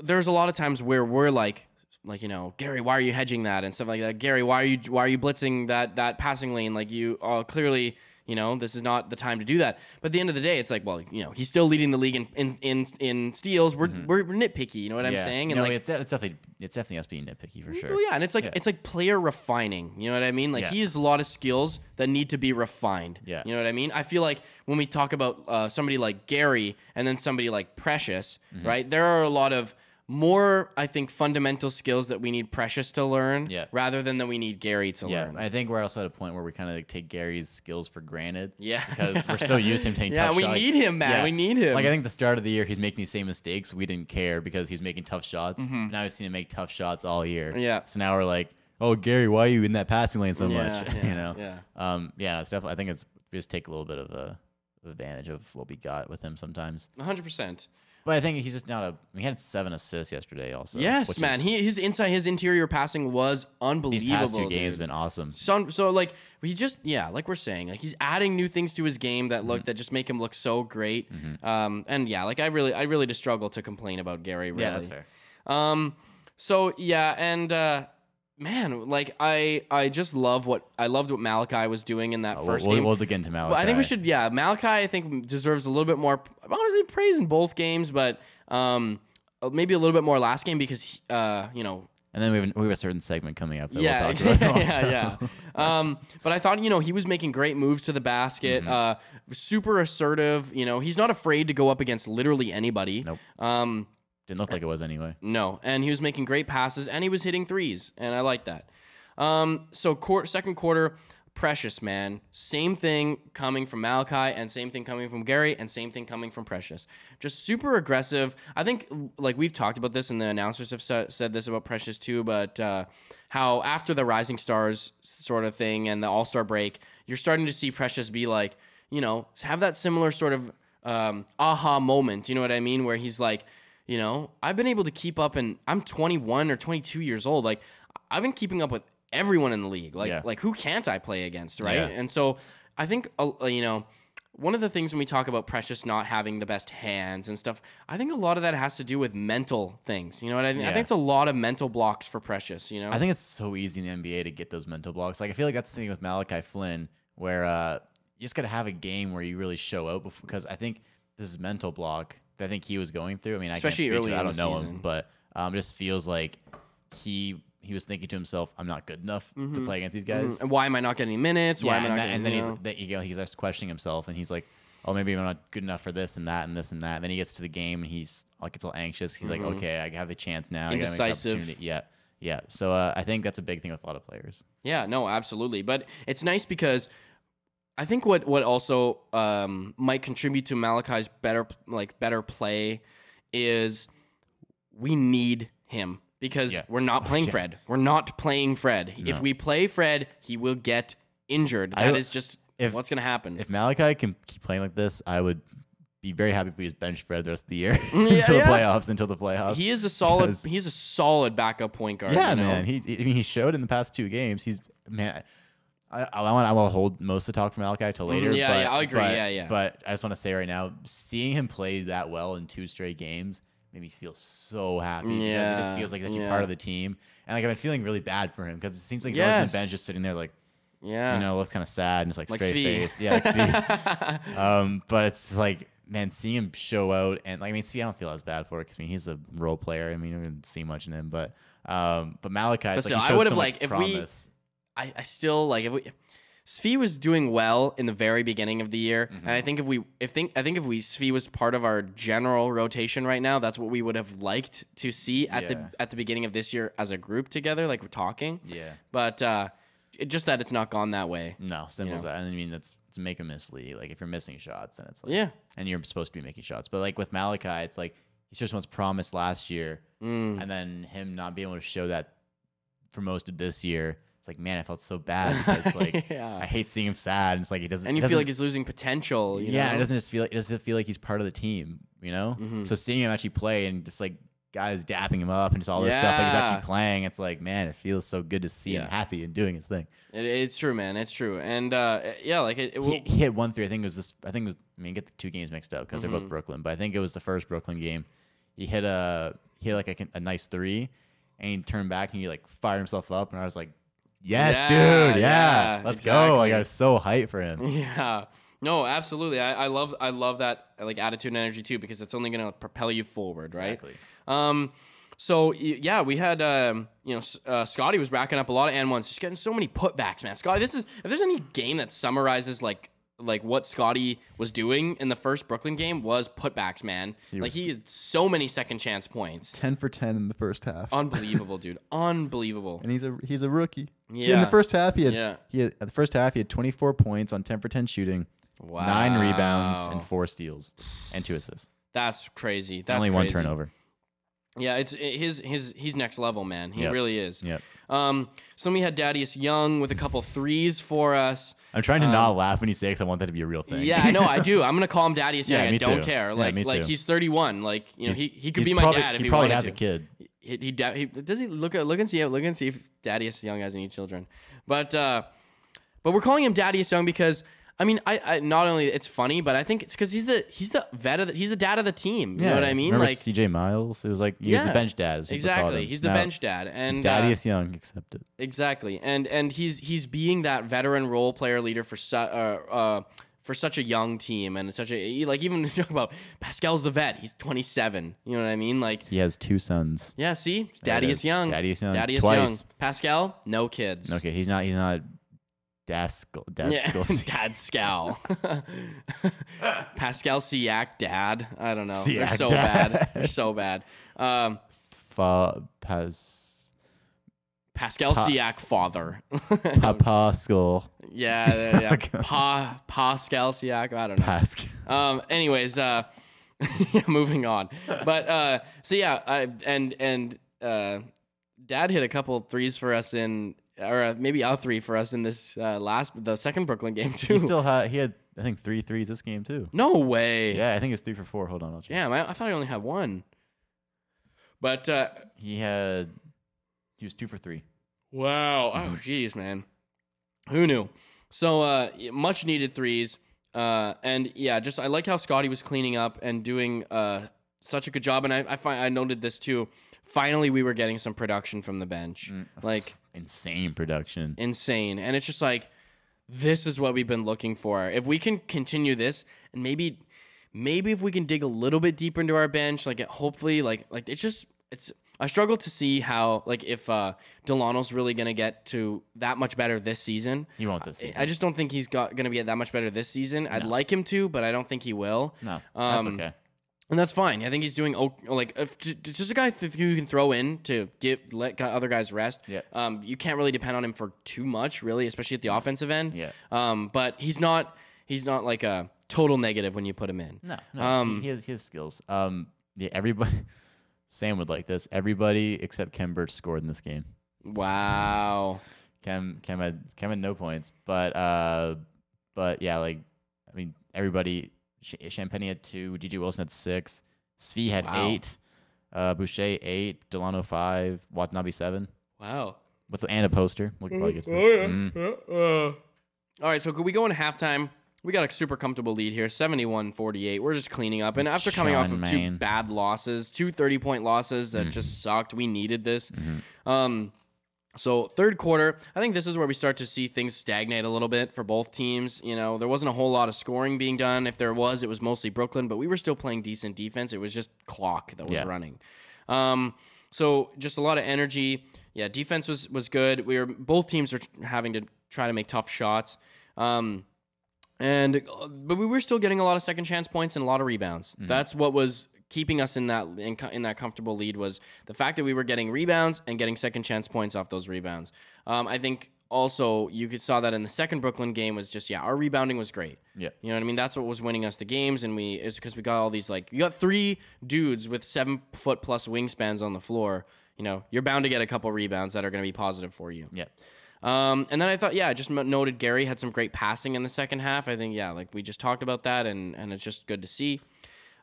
[SPEAKER 1] there's a lot of times where we're like like you know Gary, why are you hedging that and stuff like that? Gary, why are you why are you blitzing that that passing lane? Like you uh, clearly. You know, this is not the time to do that. But at the end of the day, it's like, well, you know, he's still leading the league in in, in, in steals. We're, we're we're nitpicky. You know what I'm
[SPEAKER 2] Mm-hmm. Yeah.
[SPEAKER 1] saying?
[SPEAKER 2] no, it's it's definitely it's definitely us being nitpicky for sure.
[SPEAKER 1] Well, yeah, and it's like
[SPEAKER 2] Yeah.
[SPEAKER 1] it's like player refining. You know what I mean? Like
[SPEAKER 2] Yeah.
[SPEAKER 1] he has a lot of skills that need to be refined.
[SPEAKER 2] Yeah.
[SPEAKER 1] you know what I mean. I feel like when we talk about uh, somebody like Gary and then somebody like Precious,
[SPEAKER 2] Mm-hmm.
[SPEAKER 1] right? There are a lot of more, I think, fundamental skills that we need Precious to learn,
[SPEAKER 2] Yeah.
[SPEAKER 1] rather than that we need Gary to
[SPEAKER 2] Yeah,
[SPEAKER 1] learn.
[SPEAKER 2] I think we're also at a point where we kind of like take Gary's skills for granted.
[SPEAKER 1] Yeah.
[SPEAKER 2] because we're so used to him taking.
[SPEAKER 1] Yeah,
[SPEAKER 2] tough
[SPEAKER 1] we
[SPEAKER 2] shot-
[SPEAKER 1] need him, man. We need him.
[SPEAKER 2] Like I think the start of the year, he's making these same mistakes. We didn't care because he's making tough shots. Now we've seen him make tough shots all year.
[SPEAKER 1] Mm-hmm. Yeah.
[SPEAKER 2] So now we're like, oh Gary, why are you in that passing lane so
[SPEAKER 1] Yeah,
[SPEAKER 2] much?
[SPEAKER 1] yeah,
[SPEAKER 2] you know.
[SPEAKER 1] yeah.
[SPEAKER 2] Um. Yeah. It's definitely. I think it's we just take a little bit of a advantage of what we got with him sometimes.
[SPEAKER 1] One hundred percent.
[SPEAKER 2] But I think he's just not a. He had seven assists yesterday. Also.
[SPEAKER 1] Yes,
[SPEAKER 2] Uh, which
[SPEAKER 1] man.
[SPEAKER 2] is-
[SPEAKER 1] He his inside his interior passing was unbelievable.
[SPEAKER 2] these past two games
[SPEAKER 1] dude.
[SPEAKER 2] have been awesome.
[SPEAKER 1] Some, so like he just yeah like we're saying like he's adding new things to his game that
[SPEAKER 2] Mm-hmm.
[SPEAKER 1] look that just make him look so great um and yeah like i really i really just struggle to complain about gary really
[SPEAKER 2] Yeah, that's fair.
[SPEAKER 1] um so yeah and uh man like i i just love what i loved what malachi was doing in that 1st
[SPEAKER 2] Uh, we'll,
[SPEAKER 1] game
[SPEAKER 2] we'll dig into Malachi.
[SPEAKER 1] well, I think we should, yeah. Malachi, I think deserves a little bit more, honestly, praise in both games, but um, maybe a little bit more last game because, uh, you know,
[SPEAKER 2] And then we have, we have a certain segment coming up that
[SPEAKER 1] yeah,
[SPEAKER 2] we'll talk about. also.
[SPEAKER 1] yeah, yeah. Um, but I thought you know he was making great moves to the basket,
[SPEAKER 2] Mm-hmm.
[SPEAKER 1] uh, super assertive. You know he's not afraid to go up against literally anybody.
[SPEAKER 2] Nope.
[SPEAKER 1] Um,
[SPEAKER 2] Didn't look like it was anyway.
[SPEAKER 1] no, and he was making great passes and he was hitting threes, and I like that. Um, so quar second quarter, Precious man, same thing coming from Malachi and same thing coming from Gary and same thing coming from Precious. Just super aggressive. I think like we've talked about this and the announcers have sa- said this about Precious too, but uh, how after the Rising Stars sort of thing and the All Star break, you're starting to see Precious be like, you know, have that similar sort of um, aha moment. You know what I mean? Where he's like you know i've been able to keep up and i'm 21 or 22 years old like i've been keeping up with everyone in the league like
[SPEAKER 2] Yeah.
[SPEAKER 1] like who can't i play against right
[SPEAKER 2] Yeah.
[SPEAKER 1] and so i think uh, you know one of the things when we talk about precious not having the best hands and stuff i think a lot of that has to do with mental things you know what i mean i
[SPEAKER 2] Yeah.
[SPEAKER 1] think it's a lot of mental blocks for precious you know
[SPEAKER 2] I think it's so easy in the NBA to get those mental blocks. Like I feel like that's the thing with Malachi Flynn, where uh, you just gotta have a game where you really show out. bef- Because I think this is mental block that I think he was going through. I mean, I
[SPEAKER 1] Especially
[SPEAKER 2] can't
[SPEAKER 1] early
[SPEAKER 2] speak to it. I
[SPEAKER 1] in
[SPEAKER 2] don't
[SPEAKER 1] the
[SPEAKER 2] know
[SPEAKER 1] season.
[SPEAKER 2] him, but um, it just feels like he he was thinking to himself, "I'm not good enough
[SPEAKER 1] Mm-hmm.
[SPEAKER 2] to play against these guys."
[SPEAKER 1] Mm, and why am i not getting minutes why
[SPEAKER 2] yeah,
[SPEAKER 1] am i
[SPEAKER 2] and,
[SPEAKER 1] not
[SPEAKER 2] that,
[SPEAKER 1] getting
[SPEAKER 2] and then
[SPEAKER 1] you
[SPEAKER 2] he's
[SPEAKER 1] know?
[SPEAKER 2] that, you know, he's just questioning himself, and he's like, "Oh, maybe I'm not good enough for this and that and this and that." And then he gets to the game, and he's like, it's all anxious. He's like, "Okay, I have a chance now. I gotta make this
[SPEAKER 1] Mm-hmm. Indecisive.
[SPEAKER 2] opportunity." Yeah, yeah. So uh, I think that's a big thing with a lot of players.
[SPEAKER 1] Yeah, no, absolutely. But it's nice because I think what what also um, might contribute to Malachi's better like better play is we need him because
[SPEAKER 2] Yeah.
[SPEAKER 1] we're not playing Fred. We're not playing Fred. If we play Fred, he will get injured. That is just
[SPEAKER 2] if-
[SPEAKER 1] what's gonna happen.
[SPEAKER 2] If Malachi can keep playing like this, I would be very happy if he was benched for the rest of the year
[SPEAKER 1] Mm, yeah,
[SPEAKER 2] until the
[SPEAKER 1] yeah.
[SPEAKER 2] playoffs. Until the playoffs.
[SPEAKER 1] he is a solid.
[SPEAKER 2] because-
[SPEAKER 1] He's a solid backup point guard.
[SPEAKER 2] Yeah,
[SPEAKER 1] you know?
[SPEAKER 2] man. He, I mean, he showed in the past two games. He's man. I, I, I want. I will hold most of the talk from Malachi till later.
[SPEAKER 1] Mm-hmm. yeah,
[SPEAKER 2] but,
[SPEAKER 1] yeah, I agree,
[SPEAKER 2] but-
[SPEAKER 1] yeah, yeah.
[SPEAKER 2] But I just want to say right now, seeing him play that well in two straight games made me feel so happy because it
[SPEAKER 1] Mm, Yeah,
[SPEAKER 2] just feels like that you're
[SPEAKER 1] yeah.
[SPEAKER 2] part of the team. And like I've been feeling really bad for him because it seems like he's always on
[SPEAKER 1] Yes.
[SPEAKER 2] the bench, just sitting there like
[SPEAKER 1] Yeah.
[SPEAKER 2] you know, looks kind of sad and just like,
[SPEAKER 1] Like
[SPEAKER 2] straight
[SPEAKER 1] Svi.
[SPEAKER 2] faced. Yeah, like Svi. um, but it's like man, seeing him show out and like I mean, see, I don't feel as bad for it because I mean he's a role player. I mean, we didn't see much in him, but um, but Malachi,
[SPEAKER 1] But
[SPEAKER 2] it's like he
[SPEAKER 1] still, I
[SPEAKER 2] showed
[SPEAKER 1] would've,
[SPEAKER 2] so much
[SPEAKER 1] like, if we-
[SPEAKER 2] promise.
[SPEAKER 1] I, I still like if we Svi was doing well in the very beginning of the year, and
[SPEAKER 2] Mm-hmm.
[SPEAKER 1] I think if we if think I think if we Svi was part of our general rotation right now, that's what we would have liked to see at
[SPEAKER 2] Yeah.
[SPEAKER 1] the at the beginning of this year as a group together, like we're talking.
[SPEAKER 2] yeah,
[SPEAKER 1] But uh, it, just that it's not gone that way.
[SPEAKER 2] no, simple
[SPEAKER 1] know.
[SPEAKER 2] as that. And I mean, that's to make a mislead. Like if you're missing shots, and it's like,
[SPEAKER 1] Yeah.
[SPEAKER 2] and you're supposed to be making shots, but like with Malachi, it's like he's just once promised last year,
[SPEAKER 1] Mm.
[SPEAKER 2] and then him not being able to show that for most of this year. It's like, man, I felt so bad because like
[SPEAKER 1] yeah.
[SPEAKER 2] I hate seeing him sad. And it's like he doesn't.
[SPEAKER 1] and
[SPEAKER 2] he
[SPEAKER 1] you feel
[SPEAKER 2] doesn't-
[SPEAKER 1] like he's losing potential. You
[SPEAKER 2] yeah,
[SPEAKER 1] know?
[SPEAKER 2] it doesn't just feel like it doesn't feel like he's part of the team, you know.
[SPEAKER 1] Mhm.
[SPEAKER 2] So seeing him actually play and just like guys dapping him up and just all this stuff, like he's
[SPEAKER 1] Yeah.
[SPEAKER 2] actually playing. It's like, man, it feels so good to see
[SPEAKER 1] Yeah.
[SPEAKER 2] him happy and doing his thing.
[SPEAKER 1] It, it's true, man. It's true. And uh, yeah, like it, it will,
[SPEAKER 2] He, he hit one three. I think it was this. I think it was. I mean, get the two games mixed up because they're
[SPEAKER 1] Mhm.
[SPEAKER 2] both Brooklyn, but I think it was the first Brooklyn game. He hit a he hit like a, con- a nice three, and he turned back and he like fired himself up, and I was like, yes,
[SPEAKER 1] Yeah,
[SPEAKER 2] dude, yeah,
[SPEAKER 1] yeah,
[SPEAKER 2] let's go. Like
[SPEAKER 1] exactly.
[SPEAKER 2] I was so hyped for him.
[SPEAKER 1] Yeah. No, absolutely. I, I love I love that like attitude and energy too because it's only gonna propel you forward, right?
[SPEAKER 2] Exactly.
[SPEAKER 1] Um, so y- yeah, we had um, you know S- uh, Scotty was racking up a lot of and ones, just getting so many putbacks, man. Scotty, this is if there's any game that summarizes like like what Scotty was doing in the first Brooklyn game was putbacks, man. like
[SPEAKER 2] was-
[SPEAKER 1] he had so many second chance points.
[SPEAKER 2] Ten for ten in the first half.
[SPEAKER 1] Unbelievable, dude. Unbelievable.
[SPEAKER 2] and he's a he's a rookie. He- In
[SPEAKER 1] Yeah.
[SPEAKER 2] the first half, he had,
[SPEAKER 1] Yeah.
[SPEAKER 2] he had at the first half he had 24 points on 10 for 10 shooting, nine rebounds,
[SPEAKER 1] Wow.
[SPEAKER 2] and four steals, and two assists.
[SPEAKER 1] That's crazy. That's
[SPEAKER 2] Only one
[SPEAKER 1] crazy.
[SPEAKER 2] turnover.
[SPEAKER 1] Yeah, it's it- his his he's next level, man. He
[SPEAKER 2] Yep.
[SPEAKER 1] really is.
[SPEAKER 2] Yep.
[SPEAKER 1] Um, so then we had Daddius Young with a couple threes for us.
[SPEAKER 2] I'm trying to not laugh when you say because I want that to be a real thing.
[SPEAKER 1] Um, Yeah, I know I do. I'm gonna call him Daddius
[SPEAKER 2] Yeah,
[SPEAKER 1] Young. I
[SPEAKER 2] me
[SPEAKER 1] don't
[SPEAKER 2] too.
[SPEAKER 1] care.
[SPEAKER 2] Yeah,
[SPEAKER 1] Like
[SPEAKER 2] me
[SPEAKER 1] like
[SPEAKER 2] too.
[SPEAKER 1] he's 31. Like you know
[SPEAKER 2] He's-
[SPEAKER 1] he, he could
[SPEAKER 2] he's
[SPEAKER 1] be my
[SPEAKER 2] probably-
[SPEAKER 1] dad if
[SPEAKER 2] he,
[SPEAKER 1] he,
[SPEAKER 2] probably
[SPEAKER 1] wanted
[SPEAKER 2] has
[SPEAKER 1] to.
[SPEAKER 2] a kid.
[SPEAKER 1] He, he, da- he does he look at look and see look and see if Daddius Young has any children. But uh, but we're calling him Daddius Young because. I mean, I, I not only it's funny, but I think it's because he's the he's the vet of the, he's the dad of the team. You know what I mean?
[SPEAKER 2] Remember
[SPEAKER 1] like
[SPEAKER 2] CJ Miles? It was like he was
[SPEAKER 1] Yeah.
[SPEAKER 2] the bench dad. is what they called
[SPEAKER 1] exactly,
[SPEAKER 2] him.
[SPEAKER 1] he's the
[SPEAKER 2] Now,
[SPEAKER 1] bench dad, and
[SPEAKER 2] He's
[SPEAKER 1] uh,
[SPEAKER 2] Daddius Young, except it.
[SPEAKER 1] Exactly, and and he's he's being that veteran role player leader for su- uh, uh, for such a young team and such a e, like even talk about Pascal's the vet. He's 27. You know what I mean? Like
[SPEAKER 2] He has two sons.
[SPEAKER 1] yeah, see, daddy
[SPEAKER 2] it
[SPEAKER 1] is
[SPEAKER 2] is.
[SPEAKER 1] young.
[SPEAKER 2] Daddy is young.
[SPEAKER 1] Daddy is
[SPEAKER 2] Twice.
[SPEAKER 1] young. Pascal, no kids.
[SPEAKER 2] Okay, he's not. He's not. Daskell.
[SPEAKER 1] Yeah,
[SPEAKER 2] Daskell.
[SPEAKER 1] Dad Scal. Pascal Siak, Dad. I don't know. They're
[SPEAKER 2] Siak
[SPEAKER 1] so
[SPEAKER 2] dad.
[SPEAKER 1] bad. They're so bad. Um,
[SPEAKER 2] Fa, pas,
[SPEAKER 1] Pascal Siak, father.
[SPEAKER 2] pa, Pascal.
[SPEAKER 1] yeah, yeah, yeah.
[SPEAKER 2] Siak.
[SPEAKER 1] Pa, Pascal Siak. I don't know.
[SPEAKER 2] Pascal.
[SPEAKER 1] Um, anyways, uh, yeah, moving on. But uh, so yeah, I, and and uh, Dad hit a couple threes for us in, or uh, maybe a three for us in this uh, last, the second Brooklyn game too.
[SPEAKER 2] He still had. He had. I think three threes this game too.
[SPEAKER 1] no way.
[SPEAKER 2] Yeah, I think it was three for four. Hold on, I'll check.
[SPEAKER 1] Damn, I, I thought I only had one. But uh,
[SPEAKER 2] He had he was two for three.
[SPEAKER 1] wow, oh jeez, man, who knew? So uh, much needed threes. Uh, and yeah, just I like how Scotty was cleaning up and doing uh, such a good job. And I I, find, I noted this too. Finally, we were getting some production from the bench, like
[SPEAKER 2] Insane production.
[SPEAKER 1] insane. And it's just like this is what we've been looking for. If we can continue this, and maybe maybe if we can dig a little bit deeper into our bench, like it, hopefully, like like it's just it's. I struggle to see how like if uh, Delano's really gonna get to that much better this season.
[SPEAKER 2] He won't this season.
[SPEAKER 1] I just don't think he's got gonna be that much better this season. I'd like him to, but I don't think he will.
[SPEAKER 2] no, that's
[SPEAKER 1] um,
[SPEAKER 2] okay.
[SPEAKER 1] And that's fine. I think he's doing o- like if j- j- just a guy th- who you can throw in to give let gu- other guys rest.
[SPEAKER 2] Yeah.
[SPEAKER 1] Um, you can't really depend on him for too much, really, especially at the offensive end.
[SPEAKER 2] Yeah.
[SPEAKER 1] Um, but he's not he's not like a total negative when you put him in.
[SPEAKER 2] No, no.
[SPEAKER 1] um,
[SPEAKER 2] he, he has he has skills. Um, yeah, everybody. Sam would like this. Everybody except Ken Burch scored in this game.
[SPEAKER 1] Wow.
[SPEAKER 2] Cam Cam had Cam had no points, but uh, but yeah, like I mean, everybody. Sh- Champagne had two. Gigi Wilson had six. Svi had
[SPEAKER 1] Wow.
[SPEAKER 2] eight. Uh, Boucher eight. Delano five. Watanabe seven.
[SPEAKER 1] Wow.
[SPEAKER 2] With and a poster. We'll probably get to that.
[SPEAKER 1] Mm-hmm. Oh,
[SPEAKER 2] Mm.
[SPEAKER 1] All right, so could we go into halftime? We got a super comfortable lead here, 71-48. We're just cleaning up. And after coming off
[SPEAKER 2] Sean, Mm-hmm.
[SPEAKER 1] of two
[SPEAKER 2] man. Mm-hmm.
[SPEAKER 1] bad losses, two 30-point losses that just sucked, we needed this. Um, So, third quarter, I think this is where we start to see things stagnate a little bit for both teams. You know, there wasn't a whole lot of scoring being done. If there was, it was mostly Brooklyn, but we were still playing decent defense. It was just clock that was
[SPEAKER 2] Yeah.
[SPEAKER 1] running. Um, so, just a lot of energy. Yeah, defense was was good. We were both teams are having to try to make tough shots. Um, and but we were still getting a lot of second chance points and a lot of rebounds. That's what was keeping us in that in, co- in that comfortable lead was the fact that we were getting rebounds and getting second chance points off those rebounds. Um, I think also you could saw that in the second Brooklyn game was just yeah our rebounding was great.
[SPEAKER 2] Yeah.
[SPEAKER 1] You know what I mean? That's what was winning us the games, and we is because we got all these like you got three dudes with seven foot plus wingspans on the floor. You know you're bound to get a couple rebounds that are going to be positive for you.
[SPEAKER 2] Yeah.
[SPEAKER 1] Um, and then I thought, yeah, I just m- noted Gary had some great passing in the second half. I think, yeah, like we just talked about that, and and it's just good to see.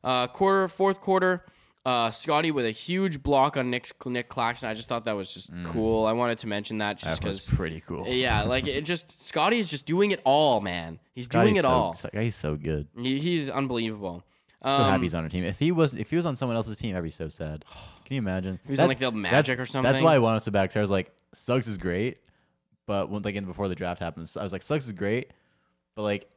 [SPEAKER 1] Uh, quarter, fourth quarter, uh, Scotty with a huge block on Nick's, Nick Claxton. I just thought that was just cool. I wanted to mention that just
[SPEAKER 2] Mm. That was
[SPEAKER 1] because,
[SPEAKER 2] pretty cool.
[SPEAKER 1] yeah, like it just Scotty is just doing it all, man. He's
[SPEAKER 2] God,
[SPEAKER 1] doing
[SPEAKER 2] he's
[SPEAKER 1] it
[SPEAKER 2] so,
[SPEAKER 1] all.
[SPEAKER 2] so- he's so good.
[SPEAKER 1] He, he's unbelievable. Um,
[SPEAKER 2] So happy he's on our team. If he was, if he was on someone else's team, I'd be so sad. Can you imagine?
[SPEAKER 1] was on, like, the
[SPEAKER 2] that's-
[SPEAKER 1] Magic or
[SPEAKER 2] That's
[SPEAKER 1] something.
[SPEAKER 2] why I wanted us to back. So I was like, Suggs is great, but when like in- before the draft happens, I was like, Suggs is great, but like,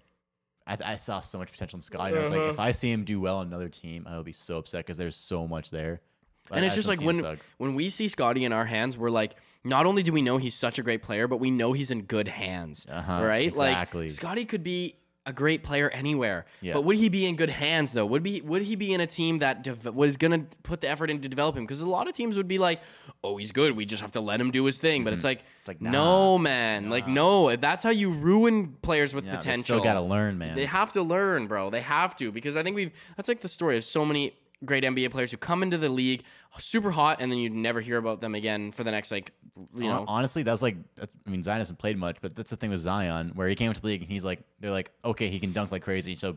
[SPEAKER 2] I, I saw so much potential in Scotty. And I was
[SPEAKER 1] Uh-huh.
[SPEAKER 2] like, if I see him do well on another team, I will be so upset because there's so much there. But
[SPEAKER 1] and
[SPEAKER 2] I
[SPEAKER 1] it's just
[SPEAKER 2] don't
[SPEAKER 1] like
[SPEAKER 2] see
[SPEAKER 1] when
[SPEAKER 2] Suggs.
[SPEAKER 1] when we see Scotty in our hands, we're like, not only do we know he's such a great player, but we know he's in good hands,
[SPEAKER 2] Uh-huh,
[SPEAKER 1] right?
[SPEAKER 2] exactly.
[SPEAKER 1] Like Scotty could be a great player anywhere,
[SPEAKER 2] Yeah.
[SPEAKER 1] but would he be in good hands though? Would be would he be in a team that dev- was gonna put the effort in to develop him? Because a lot of teams would be like, oh, he's good. We just have to let him do his thing. But it's like,
[SPEAKER 2] Mm-hmm. like,
[SPEAKER 1] no, man, like no. That's how you ruin players with
[SPEAKER 2] Yeah, they
[SPEAKER 1] potential.
[SPEAKER 2] still gotta learn, man.
[SPEAKER 1] They have to learn, bro. They have to because I think we've that's like the story of so many great NBA players who come into the league super hot and then you never hear about them again for the next like you
[SPEAKER 2] Hon-
[SPEAKER 1] know.
[SPEAKER 2] Honestly, that's like that's, I mean Zion hasn't played much, but that's the thing with Zion where he came into the league and he's like they're like okay he can dunk like crazy, so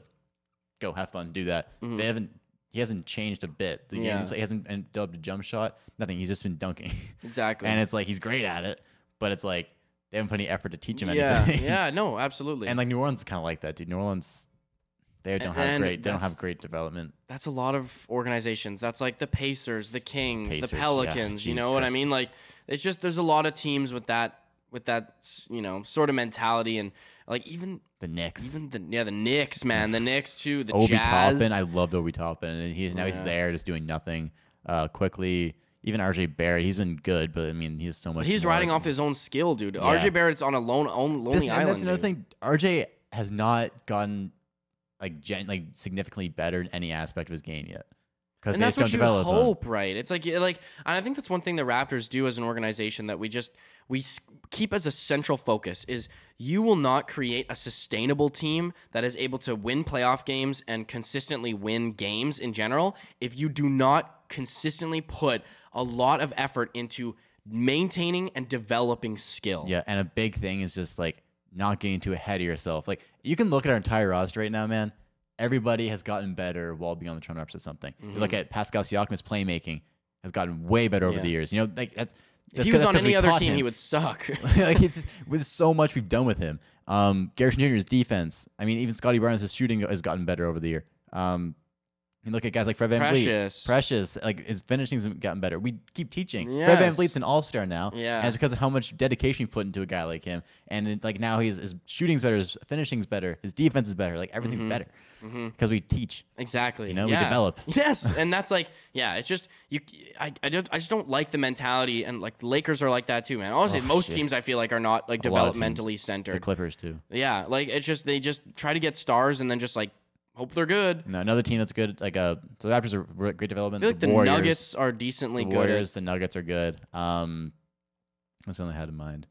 [SPEAKER 2] go have fun, do that. They haven't he hasn't changed a bit. The
[SPEAKER 1] Mm-hmm. Yeah.
[SPEAKER 2] yeah. he hasn't been- developed a jump shot, nothing. He's just been dunking,
[SPEAKER 1] Exactly.
[SPEAKER 2] and it's like he's great at it, but it's like they haven't put any effort to teach him
[SPEAKER 1] yeah.
[SPEAKER 2] anything.
[SPEAKER 1] yeah, no, absolutely.
[SPEAKER 2] and like New Orleans is kind of like that, dude. New Orleans they don't have
[SPEAKER 1] and
[SPEAKER 2] great they don't
[SPEAKER 1] that's-
[SPEAKER 2] have great development.
[SPEAKER 1] that's a lot of organizations. That's like the Pacers, the Kings,
[SPEAKER 2] Pacers,
[SPEAKER 1] the
[SPEAKER 2] yeah.
[SPEAKER 1] Pelicans. you
[SPEAKER 2] Jesus
[SPEAKER 1] know what I
[SPEAKER 2] Christ.
[SPEAKER 1] mean? Like it's just there's a lot of teams with that with that you know sort of mentality and like even
[SPEAKER 2] The Knicks.
[SPEAKER 1] even the yeah the Knicks man the Knicks too the
[SPEAKER 2] Obi
[SPEAKER 1] Jazz.
[SPEAKER 2] Toppin. I loved Obi Toppin, and he now he's
[SPEAKER 1] Yeah.
[SPEAKER 2] there just doing nothing. Uh, quickly, even RJ Barrett, he's been good, but I mean, he's so much.
[SPEAKER 1] He's
[SPEAKER 2] more.
[SPEAKER 1] riding off his own skill, dude. RJ Barrett's on a lone, own, lonely
[SPEAKER 2] This,
[SPEAKER 1] island.
[SPEAKER 2] and that's another
[SPEAKER 1] dude.
[SPEAKER 2] thing. RJ has not gotten like gen, like significantly better in any aspect of his game yet because
[SPEAKER 1] And
[SPEAKER 2] they
[SPEAKER 1] that's
[SPEAKER 2] just don't
[SPEAKER 1] what you
[SPEAKER 2] develop him.
[SPEAKER 1] hope, right? It's like, like, and I think that's one thing the Raptors do as an organization that we just we s- keep as a central focus is you will not create a sustainable team that is able to win playoff games and consistently win games in general if you do not consistently put a lot of effort into maintaining and developing skill.
[SPEAKER 2] Yeah, and a big thing is just like not getting too ahead of yourself. Like you can look at our entire roster right now, man. Everybody has gotten better while being on the Toronto Raptors at something. You look at Pascal Siakam's playmaking has gotten way better over
[SPEAKER 1] Mm-hmm. Yeah.
[SPEAKER 2] the years. You know, like that's.
[SPEAKER 1] If
[SPEAKER 2] that's
[SPEAKER 1] he
[SPEAKER 2] 'cause-
[SPEAKER 1] was
[SPEAKER 2] that's
[SPEAKER 1] on
[SPEAKER 2] 'cause we
[SPEAKER 1] any other
[SPEAKER 2] taught
[SPEAKER 1] team,
[SPEAKER 2] him.
[SPEAKER 1] he would suck.
[SPEAKER 2] like it's just, with so much we've done with him. Um, Garrison Jr.'s defense. I mean, even Scotty Barnes' shooting has gotten better over the year. Um, and look at guys like Fred VanVleet.
[SPEAKER 1] Precious.
[SPEAKER 2] Precious, like his finishing's gotten better. We keep teaching. Fred
[SPEAKER 1] Yes.
[SPEAKER 2] VanVleet's an all-star now.
[SPEAKER 1] Yeah.
[SPEAKER 2] and it's because of how much dedication you put into a guy like him. And it, like now, he's his shooting's better, his finishing's better, his defense is better. Like everything's
[SPEAKER 1] Mm-hmm.
[SPEAKER 2] better because we teach.
[SPEAKER 1] Exactly. You
[SPEAKER 2] know, we
[SPEAKER 1] yeah.
[SPEAKER 2] develop.
[SPEAKER 1] Yes, and that's like, yeah, it's just you. I, I just I just don't like the mentality, and like the Lakers are like that too, man. Honestly,
[SPEAKER 2] Oh,
[SPEAKER 1] most
[SPEAKER 2] shit.
[SPEAKER 1] teams I feel like are not like
[SPEAKER 2] lot of teams.
[SPEAKER 1] developmentally
[SPEAKER 2] The
[SPEAKER 1] centered.
[SPEAKER 2] Clippers too.
[SPEAKER 1] yeah, like it's just they just try to get stars and then just like hope they're good.
[SPEAKER 2] Now, another team that's good, like uh, so the Raptors are re- great
[SPEAKER 1] I
[SPEAKER 2] development.
[SPEAKER 1] feel like the,
[SPEAKER 2] Warriors.
[SPEAKER 1] Nuggets are decently
[SPEAKER 2] the
[SPEAKER 1] good.
[SPEAKER 2] Warriors,
[SPEAKER 1] at-
[SPEAKER 2] the Nuggets are good. Um, what's the only I had in mind?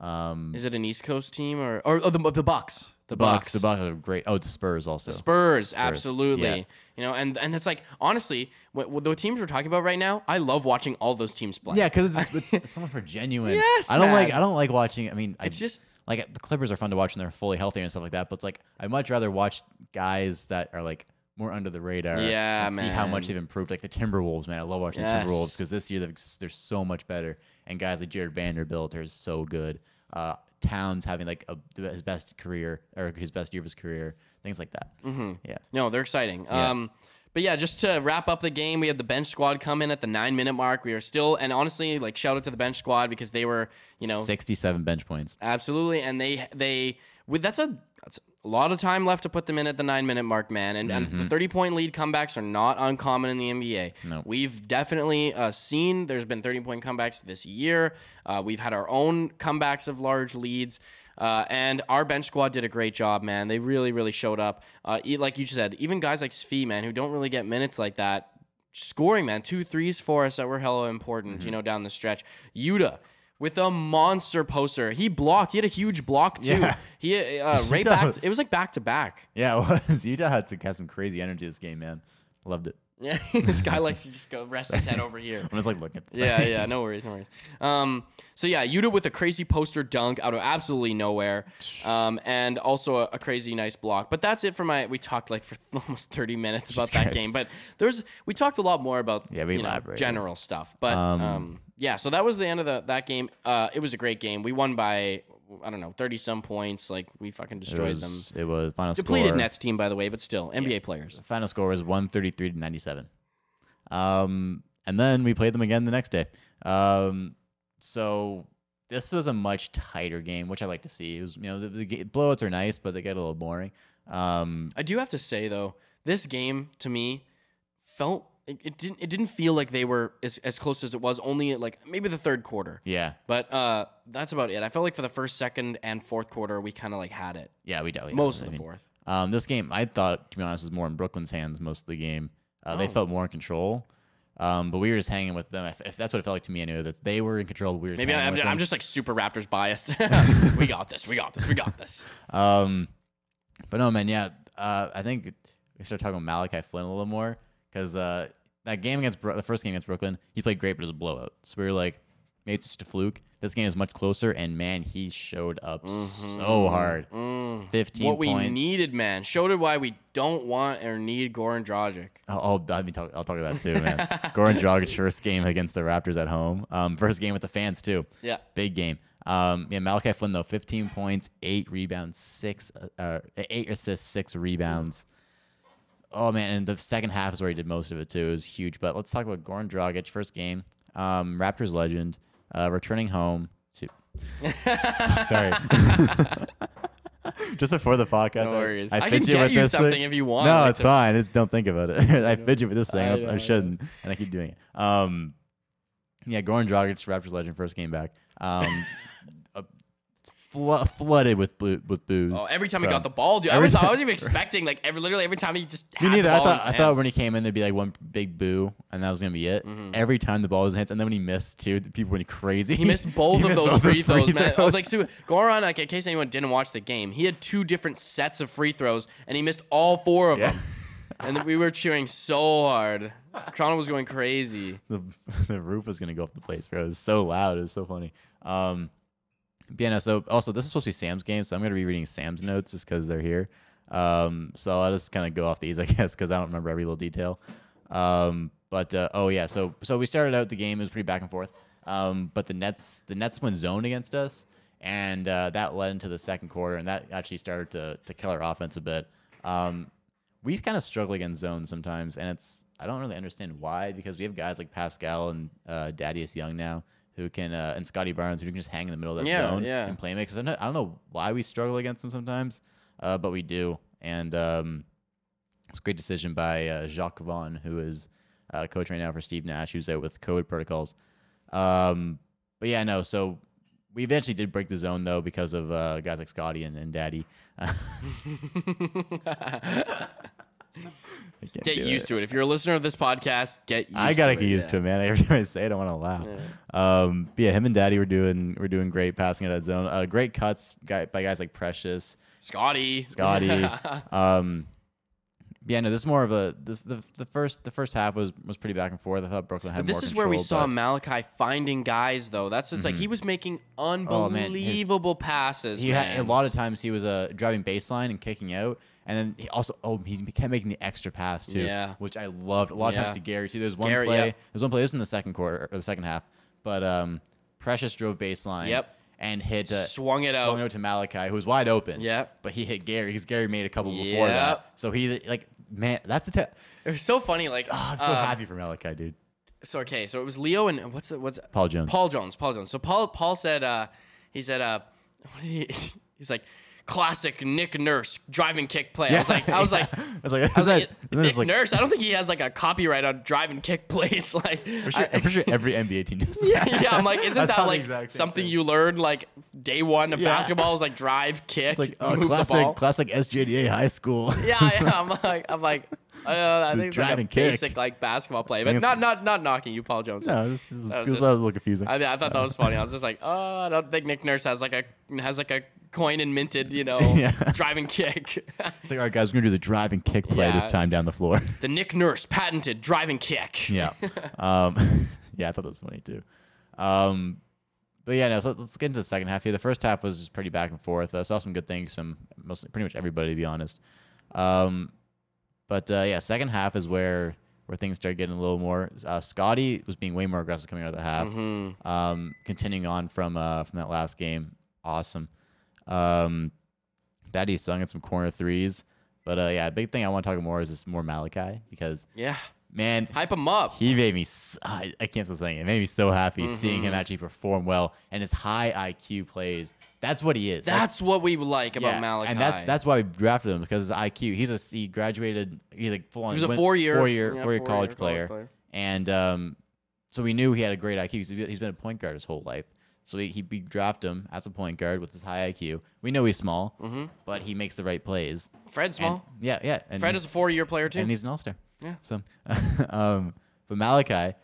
[SPEAKER 2] Um,
[SPEAKER 1] Is it an East Coast team or or oh, the the Bucks? The,
[SPEAKER 2] the Bucks. The Bucks are great. Oh, the Spurs also.
[SPEAKER 1] Spurs, absolutely.
[SPEAKER 2] yeah.
[SPEAKER 1] You know, and and it's like honestly, what, what the teams we're talking about right now, I love watching all those teams play.
[SPEAKER 2] yeah, because it's, it's, it's someone for genuine.
[SPEAKER 1] Yes,
[SPEAKER 2] I don't like.
[SPEAKER 1] man.
[SPEAKER 2] I don't like watching. I mean, I
[SPEAKER 1] It's just-
[SPEAKER 2] like the Clippers are fun to watch when they're fully healthy and stuff like that. But it's like I much rather watch guys that are like more under the radar.
[SPEAKER 1] Yeah,
[SPEAKER 2] and See how much
[SPEAKER 1] man.
[SPEAKER 2] they've improved. Like the Timberwolves, man. I love watching
[SPEAKER 1] Yes.
[SPEAKER 2] the Timberwolves because this year they're, they're so much better. And guys like Jared Vanderbilt are so good. Uh, Towns having like a, his best career or his best year of his career, things like that. Mm-hmm. Yeah.
[SPEAKER 1] No, they're exciting. Um, But yeah, just to wrap up the game, we had the bench squad come in at the nine minute mark. We are still, and honestly, like shout out to the bench squad because they were, you know,
[SPEAKER 2] 67 bench points.
[SPEAKER 1] Absolutely, and they they with that's a that's a lot of time left to put them in at the nine minute mark, man. And, and the thirty point lead comebacks are not uncommon in the NBA.
[SPEAKER 2] No.
[SPEAKER 1] We've definitely uh, seen there's been thirty point comebacks this year. Uh, we've had our own comebacks of large leads. Uh, and our bench squad did a great job, man. They really, really showed up. Uh, e- like you said, even guys like Svi, man, who don't really get minutes like that, scoring, man. Two threes for us that were hella important, you know, down the stretch. Yuta with a monster poster. He blocked. He had a huge block too.
[SPEAKER 2] Yeah.
[SPEAKER 1] He uh, right
[SPEAKER 2] does.
[SPEAKER 1] back. It was like back to back.
[SPEAKER 2] Yeah, it was. Utah had to had some crazy energy this game, man. Loved it.
[SPEAKER 1] Yeah, this guy likes to just go rest his head over here.
[SPEAKER 2] I'm just like looking. at the-
[SPEAKER 1] Yeah, yeah, no worries, no worries. Um, so yeah, Yuta with a crazy poster dunk out of absolutely nowhere, um, and also a, a crazy nice block. But that's it for my. We talked like for almost thirty minutes about that
[SPEAKER 2] Christ.
[SPEAKER 1] game, but there's we talked a lot more about
[SPEAKER 2] Yeah, we
[SPEAKER 1] you know,
[SPEAKER 2] elaborated.
[SPEAKER 1] general stuff. But um, yeah, so that was the end of the, that game. Uh, it was a great game. We won by I don't know thirty some points. Like we fucking
[SPEAKER 2] It
[SPEAKER 1] destroyed them.
[SPEAKER 2] was, it was final
[SPEAKER 1] Depleted
[SPEAKER 2] score.
[SPEAKER 1] Nets team, by the way, but still NBA players.
[SPEAKER 2] Final score was 133 to 97. Um, and then we played them again the next day. Um, so this was a much tighter game, which I like to see. It was, you know, the, the ga- blowouts are nice, but they get a little boring. Um,
[SPEAKER 1] I do have to say though, this game to me felt it, it didn't it didn't feel like they were as, as close as it was only at like maybe the third quarter.
[SPEAKER 2] yeah,
[SPEAKER 1] But uh that's about it. I felt like for the first, second and fourth quarter we kind of like had it.
[SPEAKER 2] yeah, we definitely
[SPEAKER 1] Most of
[SPEAKER 2] I
[SPEAKER 1] the
[SPEAKER 2] mean,
[SPEAKER 1] fourth.
[SPEAKER 2] Um, this game, I thought, to be honest, was more in Brooklyn's hands most of the game. Uh,
[SPEAKER 1] Oh.
[SPEAKER 2] They felt more in control, um, but we were just hanging with them. If, if that's what it felt like to me, I knew that they were in control. We were just
[SPEAKER 1] Maybe
[SPEAKER 2] hanging
[SPEAKER 1] I, am
[SPEAKER 2] with them.
[SPEAKER 1] just like super Raptors biased. we got this. We got this. We got this.
[SPEAKER 2] Um, but no, man, yeah, uh, I think we start talking about Malachi Flynn a little more because uh, that game against Bro- the first game against Brooklyn, he played great, but it was a blowout. So we were like, maybe it's just a fluke. This game is much closer, and man, he showed up so hard.
[SPEAKER 1] Mm.
[SPEAKER 2] Fifteen
[SPEAKER 1] What we
[SPEAKER 2] points.
[SPEAKER 1] needed, man, showed it why we don't want or need Goran Dragic.
[SPEAKER 2] I'll, I'll, I'll, be oh, talk, I'll talk about that too, man. Goran Dragic's first game against the Raptors at home. Um, first game with the fans too.
[SPEAKER 1] Yeah.
[SPEAKER 2] Big game. Um, yeah, Malachi Flynn though, 15 points, eight rebounds, six, uh, uh, eight assists, six rebounds. Oh man, and the second half is where he did most of it too. It was huge. But let's talk about Goran Dragic, first game, um, Raptors legend, uh, returning home. To, sorry. Just before the podcast,
[SPEAKER 1] No
[SPEAKER 2] I-
[SPEAKER 1] worries.
[SPEAKER 2] I,
[SPEAKER 1] I can
[SPEAKER 2] fidget
[SPEAKER 1] get
[SPEAKER 2] with
[SPEAKER 1] you
[SPEAKER 2] this thing.
[SPEAKER 1] something if you want,
[SPEAKER 2] No,
[SPEAKER 1] like
[SPEAKER 2] it's
[SPEAKER 1] to-
[SPEAKER 2] fine. Just don't think about it. I fidget with this thing.
[SPEAKER 1] I
[SPEAKER 2] I,
[SPEAKER 1] know,
[SPEAKER 2] I
[SPEAKER 1] I
[SPEAKER 2] shouldn't, and I keep doing it. Um, yeah, Goran Dragic, Raptors legend, first game back. Um, uh, flo- flooded with boo- with booze.
[SPEAKER 1] Oh, every time he
[SPEAKER 2] from-
[SPEAKER 1] got the ball, dude, I
[SPEAKER 2] every
[SPEAKER 1] was, I
[SPEAKER 2] time-
[SPEAKER 1] was even expecting like every literally every time he just
[SPEAKER 2] Me
[SPEAKER 1] had
[SPEAKER 2] neither.
[SPEAKER 1] The ball
[SPEAKER 2] I
[SPEAKER 1] in
[SPEAKER 2] thought
[SPEAKER 1] his
[SPEAKER 2] I
[SPEAKER 1] hands. Mm-hmm.
[SPEAKER 2] thought when he came in, there'd be like one big boo, and that was gonna be it. Every time the ball was in his hands, and then when he missed two, the people went crazy.
[SPEAKER 1] He missed both of
[SPEAKER 2] missed
[SPEAKER 1] those
[SPEAKER 2] both
[SPEAKER 1] free throws, man. I was
[SPEAKER 2] throws.
[SPEAKER 1] like, so Goran, like, in case anyone didn't watch the game, he had two different sets of free throws, and he missed all four of
[SPEAKER 2] yeah.
[SPEAKER 1] them. And we were cheering so hard. Toronto was going crazy.
[SPEAKER 2] the the roof was gonna go off the place, bro. It was so loud. It was so funny. Um, but yeah, no, so also this is supposed to be Sam's game, so I'm gonna be reading Sam's notes just because they're here. Um, so I'll just kind of go off these, I guess, because I don't remember every little detail. Um, but uh, oh yeah, so so we started out the game it was pretty back and forth. Um, but the Nets the Nets went zone against us, and uh, that led into the second quarter, and that actually started to to kill our offense a bit. Um, we kind of struggle against zones sometimes, and it's I don't really understand why because we have guys like Pascal and uh, Daddius Young now who can uh, and Scotty Barnes who can just hang in the middle of that
[SPEAKER 1] Yeah,
[SPEAKER 2] zone
[SPEAKER 1] yeah.
[SPEAKER 2] and play makers. I don't know- I don't know why we struggle against them sometimes, uh, but we do, and um, it's a great decision by uh, Jacques Vaughn who is uh, coach right now for Steve Nash who's out with COVID protocols. Um, but yeah, no, so. We eventually did break the zone though because of uh, guys like Scotty and, and Daddy. I can't
[SPEAKER 1] Get
[SPEAKER 2] do it.
[SPEAKER 1] used to it. If you're a listener of this podcast, get used
[SPEAKER 2] I gotta
[SPEAKER 1] to
[SPEAKER 2] get
[SPEAKER 1] it.
[SPEAKER 2] used to it, man. Every time I say it, I want to laugh. Um, but yeah, him and Daddy were doing were doing great passing out of that zone. Uh, great cuts guy, by guys like Precious,
[SPEAKER 1] Scotty.
[SPEAKER 2] Scotty. um, yeah, no, this is more of a the, the, the first the first half was was pretty back and forth. I thought Brooklyn had
[SPEAKER 1] This
[SPEAKER 2] more
[SPEAKER 1] is where we
[SPEAKER 2] control,
[SPEAKER 1] saw
[SPEAKER 2] but- Mm-hmm.
[SPEAKER 1] Malachi finding guys, though. That's it's like he was making
[SPEAKER 2] Oh, man, his-
[SPEAKER 1] unbelievable passes.
[SPEAKER 2] He had a
[SPEAKER 1] man.
[SPEAKER 2] lot of times he was uh, driving baseline and kicking out, and then he also oh he kept making the extra pass too,
[SPEAKER 1] Yeah.
[SPEAKER 2] which I loved. A lot of
[SPEAKER 1] Yeah.
[SPEAKER 2] times to Gary too. There's one
[SPEAKER 1] Gary,
[SPEAKER 2] play.
[SPEAKER 1] yeah.
[SPEAKER 2] There's one play. This is in the second quarter or the second half, but um, Precious drove baseline.
[SPEAKER 1] Yep.
[SPEAKER 2] and hit uh,
[SPEAKER 1] Swung it
[SPEAKER 2] swung
[SPEAKER 1] out.
[SPEAKER 2] out to Malachi, who was wide open.
[SPEAKER 1] Yeah.
[SPEAKER 2] but he hit Gary because Gary made a couple before that.
[SPEAKER 1] Yep.
[SPEAKER 2] So he like man, that's a. Te-
[SPEAKER 1] It was so funny. Like,
[SPEAKER 2] oh, I'm so
[SPEAKER 1] uh,
[SPEAKER 2] happy for Malachi, dude.
[SPEAKER 1] So okay, so it was Leo and what's the, what's
[SPEAKER 2] Paul Jones.
[SPEAKER 1] Paul Jones. Paul Jones. So Paul Paul said uh, he said uh, what did he, he's like classic Nick Nurse driving kick play. I was like I was like.
[SPEAKER 2] I was like,
[SPEAKER 1] I was like,
[SPEAKER 2] and then it's
[SPEAKER 1] Nick Nurse. I don't think he has like a copyright on drive and kick plays. Like,
[SPEAKER 2] I'm sure,
[SPEAKER 1] I-
[SPEAKER 2] I'm sure every NBA team does.
[SPEAKER 1] yeah,
[SPEAKER 2] that.
[SPEAKER 1] yeah, I'm like, isn't
[SPEAKER 2] That's not
[SPEAKER 1] that
[SPEAKER 2] the
[SPEAKER 1] like
[SPEAKER 2] exact same
[SPEAKER 1] something
[SPEAKER 2] thing.
[SPEAKER 1] you learned like day one of
[SPEAKER 2] Yeah.
[SPEAKER 1] basketball? Is like drive, kick,
[SPEAKER 2] It's like uh,
[SPEAKER 1] move the ball.
[SPEAKER 2] classic, classic SJDA high school.
[SPEAKER 1] yeah, yeah, I'm like, I'm like, uh, I think it's like
[SPEAKER 2] drive
[SPEAKER 1] a
[SPEAKER 2] and kick.
[SPEAKER 1] basic like basketball play,
[SPEAKER 2] think
[SPEAKER 1] but
[SPEAKER 2] it's-
[SPEAKER 1] not not not knocking you, Paul Jones.
[SPEAKER 2] no, this, this, is-
[SPEAKER 1] That was
[SPEAKER 2] this
[SPEAKER 1] just-
[SPEAKER 2] was a little confusing.
[SPEAKER 1] I, I thought that was funny. I was just like, oh, I don't think Nick Nurse has like a has like a coin and minted, you know,
[SPEAKER 2] Yeah.
[SPEAKER 1] driving kick.
[SPEAKER 2] It's like, all right, guys, we're gonna do the drive and kick play this
[SPEAKER 1] Yeah.
[SPEAKER 2] time down the floor.
[SPEAKER 1] the Nick Nurse patented driving kick.
[SPEAKER 2] yeah, um, yeah, I thought that was funny too. Um, but yeah, no. So let's get into the second half here. The first half was just pretty back and forth. I saw some good things, some mostly pretty much everybody to be honest. Um, but uh, yeah, second half is where where things started getting a little more. Uh, Scotty was being way more aggressive coming out of the half.
[SPEAKER 1] Mhm.
[SPEAKER 2] um, continuing on from uh, from that last game. Awesome. Um, Daddy sung at some corner threes, but uh, yeah, big thing I want to talk more is this more Malachi because
[SPEAKER 1] Yeah.
[SPEAKER 2] man,
[SPEAKER 1] Hype him up.
[SPEAKER 2] he made me s I I can't stop saying it. It made me so happy
[SPEAKER 1] Mm-hmm.
[SPEAKER 2] seeing him actually perform well and his high IQ plays. That's what he is.
[SPEAKER 1] that's what we like about
[SPEAKER 2] yeah,
[SPEAKER 1] Malachi.
[SPEAKER 2] and that's that's why we drafted him because his IQ. He's a he graduated. He's like full
[SPEAKER 1] He
[SPEAKER 2] on.
[SPEAKER 1] was a
[SPEAKER 2] went-
[SPEAKER 1] four-year-
[SPEAKER 2] four year,
[SPEAKER 1] yeah,
[SPEAKER 2] four
[SPEAKER 1] four-year
[SPEAKER 2] year college,
[SPEAKER 1] college
[SPEAKER 2] player.
[SPEAKER 1] player.
[SPEAKER 2] and um, so we knew he had a great IQ. He's, he's been a point guard his whole life. So we, he we draft him as a point guard with his high IQ. We know he's small,
[SPEAKER 1] Mm-hmm.
[SPEAKER 2] but he makes the right plays.
[SPEAKER 1] Fred
[SPEAKER 2] And-
[SPEAKER 1] Small.
[SPEAKER 2] yeah, yeah. And
[SPEAKER 1] Fred
[SPEAKER 2] he's-
[SPEAKER 1] is a four-year player too.
[SPEAKER 2] and he's an all star.
[SPEAKER 1] Yeah.
[SPEAKER 2] So, um, but Malachi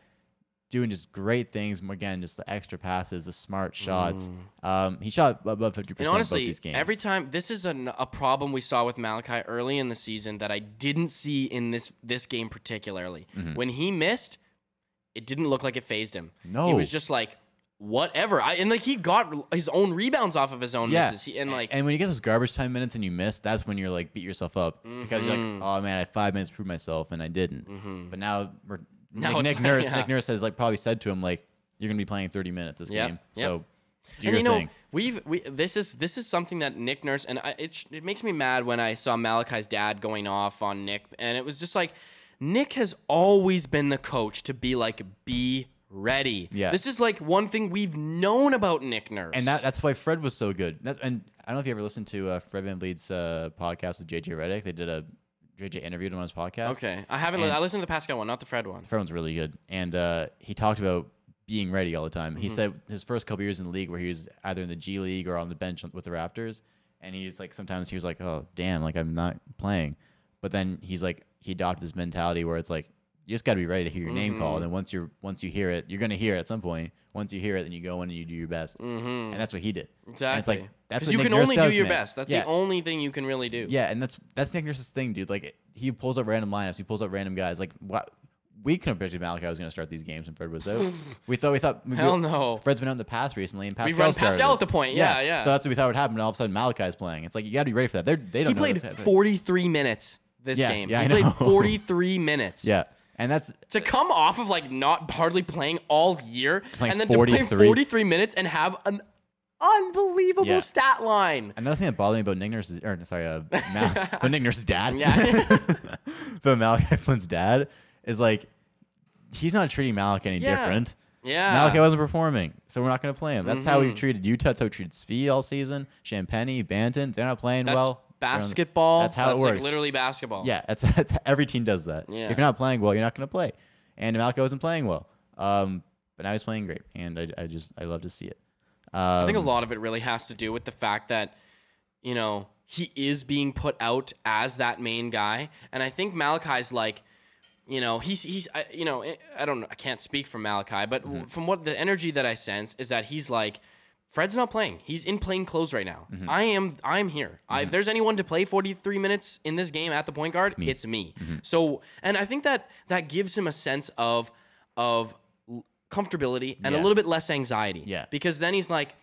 [SPEAKER 2] doing just great things. Again, just the extra passes, the smart shots. Um, he shot above fifty
[SPEAKER 1] Mm. And
[SPEAKER 2] percent both
[SPEAKER 1] honestly,
[SPEAKER 2] these games.
[SPEAKER 1] every time this is an, a problem we saw with Malachi early in the season that I didn't see in this this game particularly.
[SPEAKER 2] Mm-hmm.
[SPEAKER 1] When he missed, it didn't look like it phased him. he
[SPEAKER 2] No.
[SPEAKER 1] was just like whatever. I, and like he got his own rebounds off of his own
[SPEAKER 2] Yeah.
[SPEAKER 1] misses. He, and
[SPEAKER 2] A-
[SPEAKER 1] like
[SPEAKER 2] and when you get those garbage time minutes and you miss, that's when you're like beat yourself up because you're
[SPEAKER 1] Mm-hmm.
[SPEAKER 2] like, oh man, I had five minutes to prove myself and I didn't. But now we're
[SPEAKER 1] Now
[SPEAKER 2] like,
[SPEAKER 1] it's
[SPEAKER 2] Nick
[SPEAKER 1] like-
[SPEAKER 2] Nurse,
[SPEAKER 1] yeah.
[SPEAKER 2] Nick Nurse has like probably said to him like, you're gonna be playing 30 minutes this
[SPEAKER 1] Yep,
[SPEAKER 2] game,
[SPEAKER 1] yep.
[SPEAKER 2] so do
[SPEAKER 1] and
[SPEAKER 2] your
[SPEAKER 1] you know
[SPEAKER 2] thing.
[SPEAKER 1] we've we this is this is something that Nick Nurse and I, it sh- it makes me mad when I saw Malachi's dad going off on Nick and it was just like Nick has always been the coach to be like be ready.
[SPEAKER 2] Yeah.
[SPEAKER 1] This is like one thing we've known about Nick Nurse.
[SPEAKER 2] And that, that's why Fred was so good. That's, and I don't know if you ever listened to uh, Fred Van Bleed's uh, podcast with JJ Redick. They did a JJ interviewed him on his podcast.
[SPEAKER 1] okay. I haven't li-
[SPEAKER 2] and-
[SPEAKER 1] I listened to the Pascal one, not the Fred one.
[SPEAKER 2] Fred was really good, and uh, he talked about being ready all the time.
[SPEAKER 1] Mm-hmm.
[SPEAKER 2] He said his first couple years in the league, where he was either in the G League or on the bench with the Raptors, and he's like sometimes he was like, "Oh damn, like I'm not playing," but then he's like he adopted this mentality where it's like you just got to be ready to hear your name
[SPEAKER 1] Mm-hmm.
[SPEAKER 2] called, and once you're once you hear it, you're gonna hear it at some point. Once you hear it, then you go in and you do your best, and that's what he did. And it's
[SPEAKER 1] Mm-hmm. Exactly.
[SPEAKER 2] like that's
[SPEAKER 1] 'Cause
[SPEAKER 2] what
[SPEAKER 1] you
[SPEAKER 2] Nick
[SPEAKER 1] can
[SPEAKER 2] Nurse
[SPEAKER 1] only
[SPEAKER 2] does,
[SPEAKER 1] do your
[SPEAKER 2] man.
[SPEAKER 1] best. That's
[SPEAKER 2] yeah.
[SPEAKER 1] the only thing you can really do.
[SPEAKER 2] Yeah, and that's that's Nick Nurse's thing, dude. Like he pulls up random lineups, he pulls up random guys. Like what we could have predicted Malachi was going to start these games, and Fred was out. we thought we thought we-
[SPEAKER 1] Hell no.
[SPEAKER 2] Fred's been out in the past recently, and Pascal
[SPEAKER 1] We've run
[SPEAKER 2] started.
[SPEAKER 1] Pascal at the point. Yeah, yeah.
[SPEAKER 2] So that's what we thought would happen. And all of a sudden, Malachi's playing. It's like you got to be ready for that. They're, they don't.
[SPEAKER 1] he
[SPEAKER 2] know
[SPEAKER 1] played
[SPEAKER 2] that's happening.
[SPEAKER 1] 43 minutes this
[SPEAKER 2] Yeah,
[SPEAKER 1] game.
[SPEAKER 2] yeah,
[SPEAKER 1] he
[SPEAKER 2] I know.
[SPEAKER 1] played 43 minutes.
[SPEAKER 2] Yeah, and that's
[SPEAKER 1] to come off of like not hardly playing all year
[SPEAKER 2] playing
[SPEAKER 1] and then to play
[SPEAKER 2] 43.
[SPEAKER 1] 43 minutes and have an unbelievable
[SPEAKER 2] Yeah.
[SPEAKER 1] stat line.
[SPEAKER 2] another thing that bothered me about Nick Nurse's. Or sorry, uh, Mal- but Nick Nurse's dad.
[SPEAKER 1] Yeah.
[SPEAKER 2] but Malachi Flynn's dad is like, he's not treating Malachi any
[SPEAKER 1] Yeah.
[SPEAKER 2] different.
[SPEAKER 1] Yeah.
[SPEAKER 2] Malachi wasn't performing, so we're not going to play him. That's how
[SPEAKER 1] Mm-hmm.
[SPEAKER 2] we've treated Utah. That's how we treated Svi all season. Champagne, Banton, they're not playing
[SPEAKER 1] That's
[SPEAKER 2] well. they're on the-
[SPEAKER 1] basketball.
[SPEAKER 2] That's how it
[SPEAKER 1] Like
[SPEAKER 2] works.
[SPEAKER 1] literally basketball.
[SPEAKER 2] yeah, that's, that's every team does that.
[SPEAKER 1] Yeah.
[SPEAKER 2] If you're not playing well, you're not going to play. And Malachi wasn't playing well, um, but now he's playing great, and I, I just I love to see it.
[SPEAKER 1] I
[SPEAKER 2] Um,
[SPEAKER 1] think a lot of it really has to do with the fact that, you know, he is being put out as that main guy. And I think Malachi's like, you know, he's, he's, I, you know, I- I don't know, I can't speak for Malachi, but w from what the energy that I sense is that he's like, Fred's not playing. He's in plain clothes right now. I am. I'm here. I, if there's anyone to play 43 minutes in this game at the point guard, it's me. So, and I think that that gives him a sense of of l- comfortability and a
[SPEAKER 2] Yeah.
[SPEAKER 1] little bit less anxiety.
[SPEAKER 2] Yeah.
[SPEAKER 1] Because then he's like,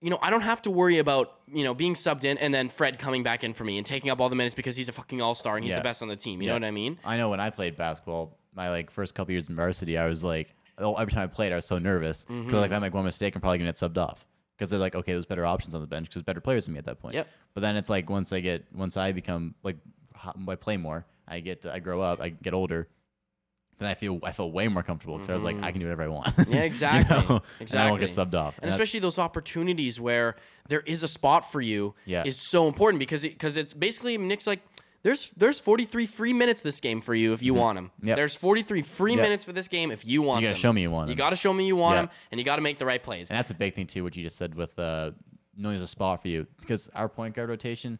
[SPEAKER 1] you know, I don't have to worry about, you know, being subbed in and then Fred coming back in for me and taking up all the minutes because he's a fucking all star and he's
[SPEAKER 2] Yeah.
[SPEAKER 1] the best on the team. You
[SPEAKER 2] Yeah.
[SPEAKER 1] know what I mean?
[SPEAKER 2] I know when I played basketball, my like first couple
[SPEAKER 1] Mm-hmm.
[SPEAKER 2] years in varsity, I was like, oh, every time I played, I was so nervous because like if I make one mistake, I'm probably gonna get subbed off. because they're like, okay, there's better options on the bench because there's better players than me at that point.
[SPEAKER 1] Yep.
[SPEAKER 2] But then it's like once I get once I become like ho- I play more, I get I grow up, I get older. Then I feel I feel way more comfortable because I was like I can do whatever I want. You know?
[SPEAKER 1] Mm-hmm. exactly,
[SPEAKER 2] And I won't
[SPEAKER 1] exactly.
[SPEAKER 2] get subbed off.
[SPEAKER 1] and
[SPEAKER 2] that's-
[SPEAKER 1] especially those opportunities where there is a spot for you
[SPEAKER 2] Yeah.
[SPEAKER 1] is so important because it, cause it's basically Nick's like there's there's 43 free minutes this game for you if you want 'em. want them.
[SPEAKER 2] Mm-hmm. Yep.
[SPEAKER 1] There's 43 free
[SPEAKER 2] Yep.
[SPEAKER 1] minutes for this game if you want.
[SPEAKER 2] You gotta
[SPEAKER 1] them.
[SPEAKER 2] show me you want
[SPEAKER 1] You
[SPEAKER 2] them.
[SPEAKER 1] gotta show me you want
[SPEAKER 2] Yeah.
[SPEAKER 1] them, and you gotta make the right plays.
[SPEAKER 2] And that's a big thing too, what you just said with uh, knowing there's a spot for you because our point guard rotation,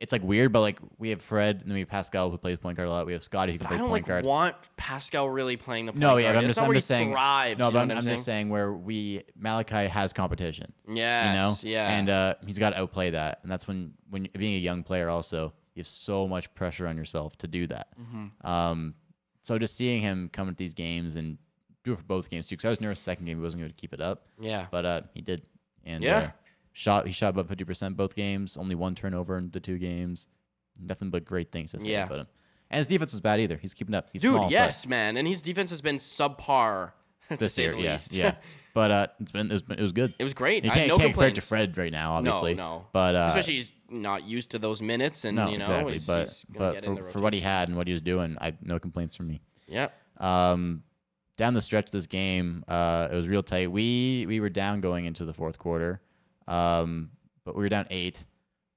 [SPEAKER 2] it's like weird, but like we have Fred, and then we have Pascal who plays point guard a lot. We have Scotty who can
[SPEAKER 1] I
[SPEAKER 2] play
[SPEAKER 1] don't
[SPEAKER 2] point
[SPEAKER 1] like
[SPEAKER 2] guard.
[SPEAKER 1] want Pascal really playing the point
[SPEAKER 2] no,
[SPEAKER 1] guard.
[SPEAKER 2] yeah, but I'm
[SPEAKER 1] That's
[SPEAKER 2] just,
[SPEAKER 1] not
[SPEAKER 2] I'm
[SPEAKER 1] where
[SPEAKER 2] just
[SPEAKER 1] he
[SPEAKER 2] saying.
[SPEAKER 1] thrives,
[SPEAKER 2] no,
[SPEAKER 1] you know
[SPEAKER 2] but I'm,
[SPEAKER 1] what
[SPEAKER 2] I'm
[SPEAKER 1] saying?
[SPEAKER 2] just saying where we Malachi has competition. You know,
[SPEAKER 1] Yes, yeah,
[SPEAKER 2] and uh, he's got to outplay that, and that's when when you- being a young player also you have so much pressure on yourself to do that.
[SPEAKER 1] Mm-hmm.
[SPEAKER 2] Um, so just seeing him come into these games and do it for both games too, because I was nervous the second game he wasn't going to keep it up.
[SPEAKER 1] yeah.
[SPEAKER 2] but uh, he did, and
[SPEAKER 1] Yeah.
[SPEAKER 2] uh, shot he shot above fifty percent both games. Only one turnover in the two games. Nothing but great things to say
[SPEAKER 1] Yeah.
[SPEAKER 2] about him. And his defense was bad either. He's keeping up. He's
[SPEAKER 1] Dude,
[SPEAKER 2] small, but
[SPEAKER 1] yes, man, and his defense has been subpar to
[SPEAKER 2] this
[SPEAKER 1] say
[SPEAKER 2] year,
[SPEAKER 1] the
[SPEAKER 2] yeah,
[SPEAKER 1] least.
[SPEAKER 2] yeah. But uh, it's been, it was it was good.
[SPEAKER 1] it was great.
[SPEAKER 2] you
[SPEAKER 1] I have
[SPEAKER 2] can't,
[SPEAKER 1] no
[SPEAKER 2] can't compare it
[SPEAKER 1] complaints.
[SPEAKER 2] to Fred right now, obviously.
[SPEAKER 1] No, no.
[SPEAKER 2] But uh,
[SPEAKER 1] especially he's not used to those minutes, and
[SPEAKER 2] no,
[SPEAKER 1] you know,
[SPEAKER 2] exactly.
[SPEAKER 1] he's,
[SPEAKER 2] but
[SPEAKER 1] he's gonna
[SPEAKER 2] but
[SPEAKER 1] get
[SPEAKER 2] for,
[SPEAKER 1] in
[SPEAKER 2] for what he had and what he was doing, I no complaints from me.
[SPEAKER 1] yeah,
[SPEAKER 2] Um, down the stretch of this game, uh, it was real tight. We we were down going into the fourth quarter, um, but we were down eight.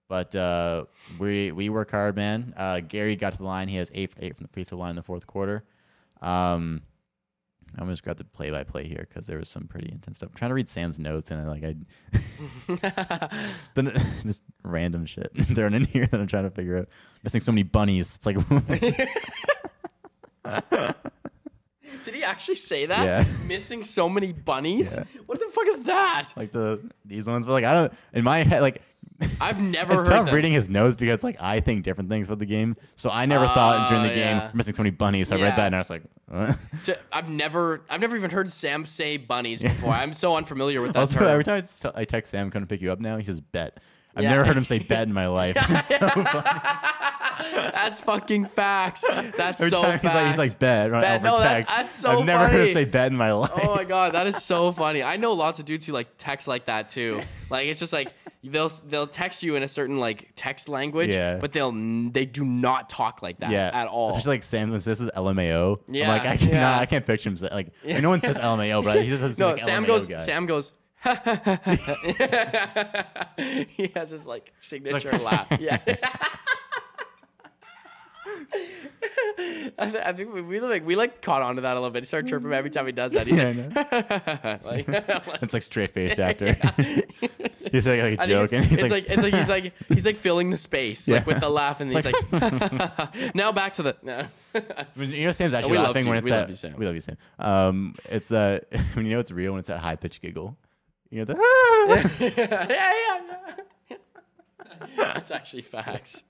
[SPEAKER 2] But uh, we we work hard, man. Uh, Gary got to the line. He has eight for eight from the free throw line in the fourth quarter. Um, I'm just grab the play by play here because there was some pretty intense stuff. I'm trying to read Sam's notes and I like I then just random shit thrown in here that I'm trying to figure out. Missing so many bunnies. It's like
[SPEAKER 1] did he actually say that?
[SPEAKER 2] Yeah.
[SPEAKER 1] Missing so many bunnies.
[SPEAKER 2] Yeah.
[SPEAKER 1] What the fuck is that?
[SPEAKER 2] like the these ones, but like I don't in my head like
[SPEAKER 1] I've never
[SPEAKER 2] it's
[SPEAKER 1] heard
[SPEAKER 2] tough
[SPEAKER 1] them.
[SPEAKER 2] reading his notes because like I think different things about the game. So I never thought during the
[SPEAKER 1] Oh,
[SPEAKER 2] game
[SPEAKER 1] yeah.
[SPEAKER 2] "We're missing so many bunnies. So I
[SPEAKER 1] Yeah.
[SPEAKER 2] read that and I was like, what?
[SPEAKER 1] To- I've never, I've never even heard Sam say bunnies before. I'm so unfamiliar with that
[SPEAKER 2] also
[SPEAKER 1] term.
[SPEAKER 2] every time I, just tell- I text Sam, "Come to pick you up now," he says "bet." I've
[SPEAKER 1] Yeah.
[SPEAKER 2] never heard him say "bet" in my life. It's so funny.
[SPEAKER 1] That's fucking facts. That's
[SPEAKER 2] Every
[SPEAKER 1] so
[SPEAKER 2] time
[SPEAKER 1] facts.
[SPEAKER 2] he's like, he's like "bet" right
[SPEAKER 1] Bet.
[SPEAKER 2] over
[SPEAKER 1] No, that's-
[SPEAKER 2] text.
[SPEAKER 1] that's so
[SPEAKER 2] I've never heard
[SPEAKER 1] funny.
[SPEAKER 2] him say "bet" in my life.
[SPEAKER 1] Oh my god, that is so funny. I know lots of dudes who like text like that too. Like it's just like they'll they'll text you in a certain like text language,
[SPEAKER 2] Yeah.
[SPEAKER 1] but they'll n- they do not talk like that
[SPEAKER 2] yeah,
[SPEAKER 1] at all.
[SPEAKER 2] Especially like Sam when this is LMAO.
[SPEAKER 1] Yeah,
[SPEAKER 2] I'm like I cannot,
[SPEAKER 1] yeah.
[SPEAKER 2] I can't picture him. Say, like no one says LMAO, but he just says
[SPEAKER 1] no,
[SPEAKER 2] like,
[SPEAKER 1] Sam
[SPEAKER 2] LMAO
[SPEAKER 1] goes.
[SPEAKER 2] guy.
[SPEAKER 1] Sam goes. he has his like signature laugh. Yeah. I, th- I think we, we like we like caught on to that a little bit. He started chirping every time he does that. He's
[SPEAKER 2] Yeah, I know.
[SPEAKER 1] like, like
[SPEAKER 2] It's like straight face after. he's like, like
[SPEAKER 1] I
[SPEAKER 2] a
[SPEAKER 1] think
[SPEAKER 2] joke, and
[SPEAKER 1] It's,
[SPEAKER 2] he's
[SPEAKER 1] it's like, it's like he's like he's like filling the space like
[SPEAKER 2] Yeah.
[SPEAKER 1] with the laugh, and
[SPEAKER 2] It's
[SPEAKER 1] he's like, now back to the. No.
[SPEAKER 2] When- You know, Sam's actually
[SPEAKER 1] we love
[SPEAKER 2] laughing
[SPEAKER 1] you.
[SPEAKER 2] when it's
[SPEAKER 1] We
[SPEAKER 2] that.
[SPEAKER 1] love you, Sam.
[SPEAKER 2] We love you, Sam. Um, it's that when you know it's real when it's that high pitched giggle. You know the.
[SPEAKER 1] yeah, yeah, yeah. That's actually facts.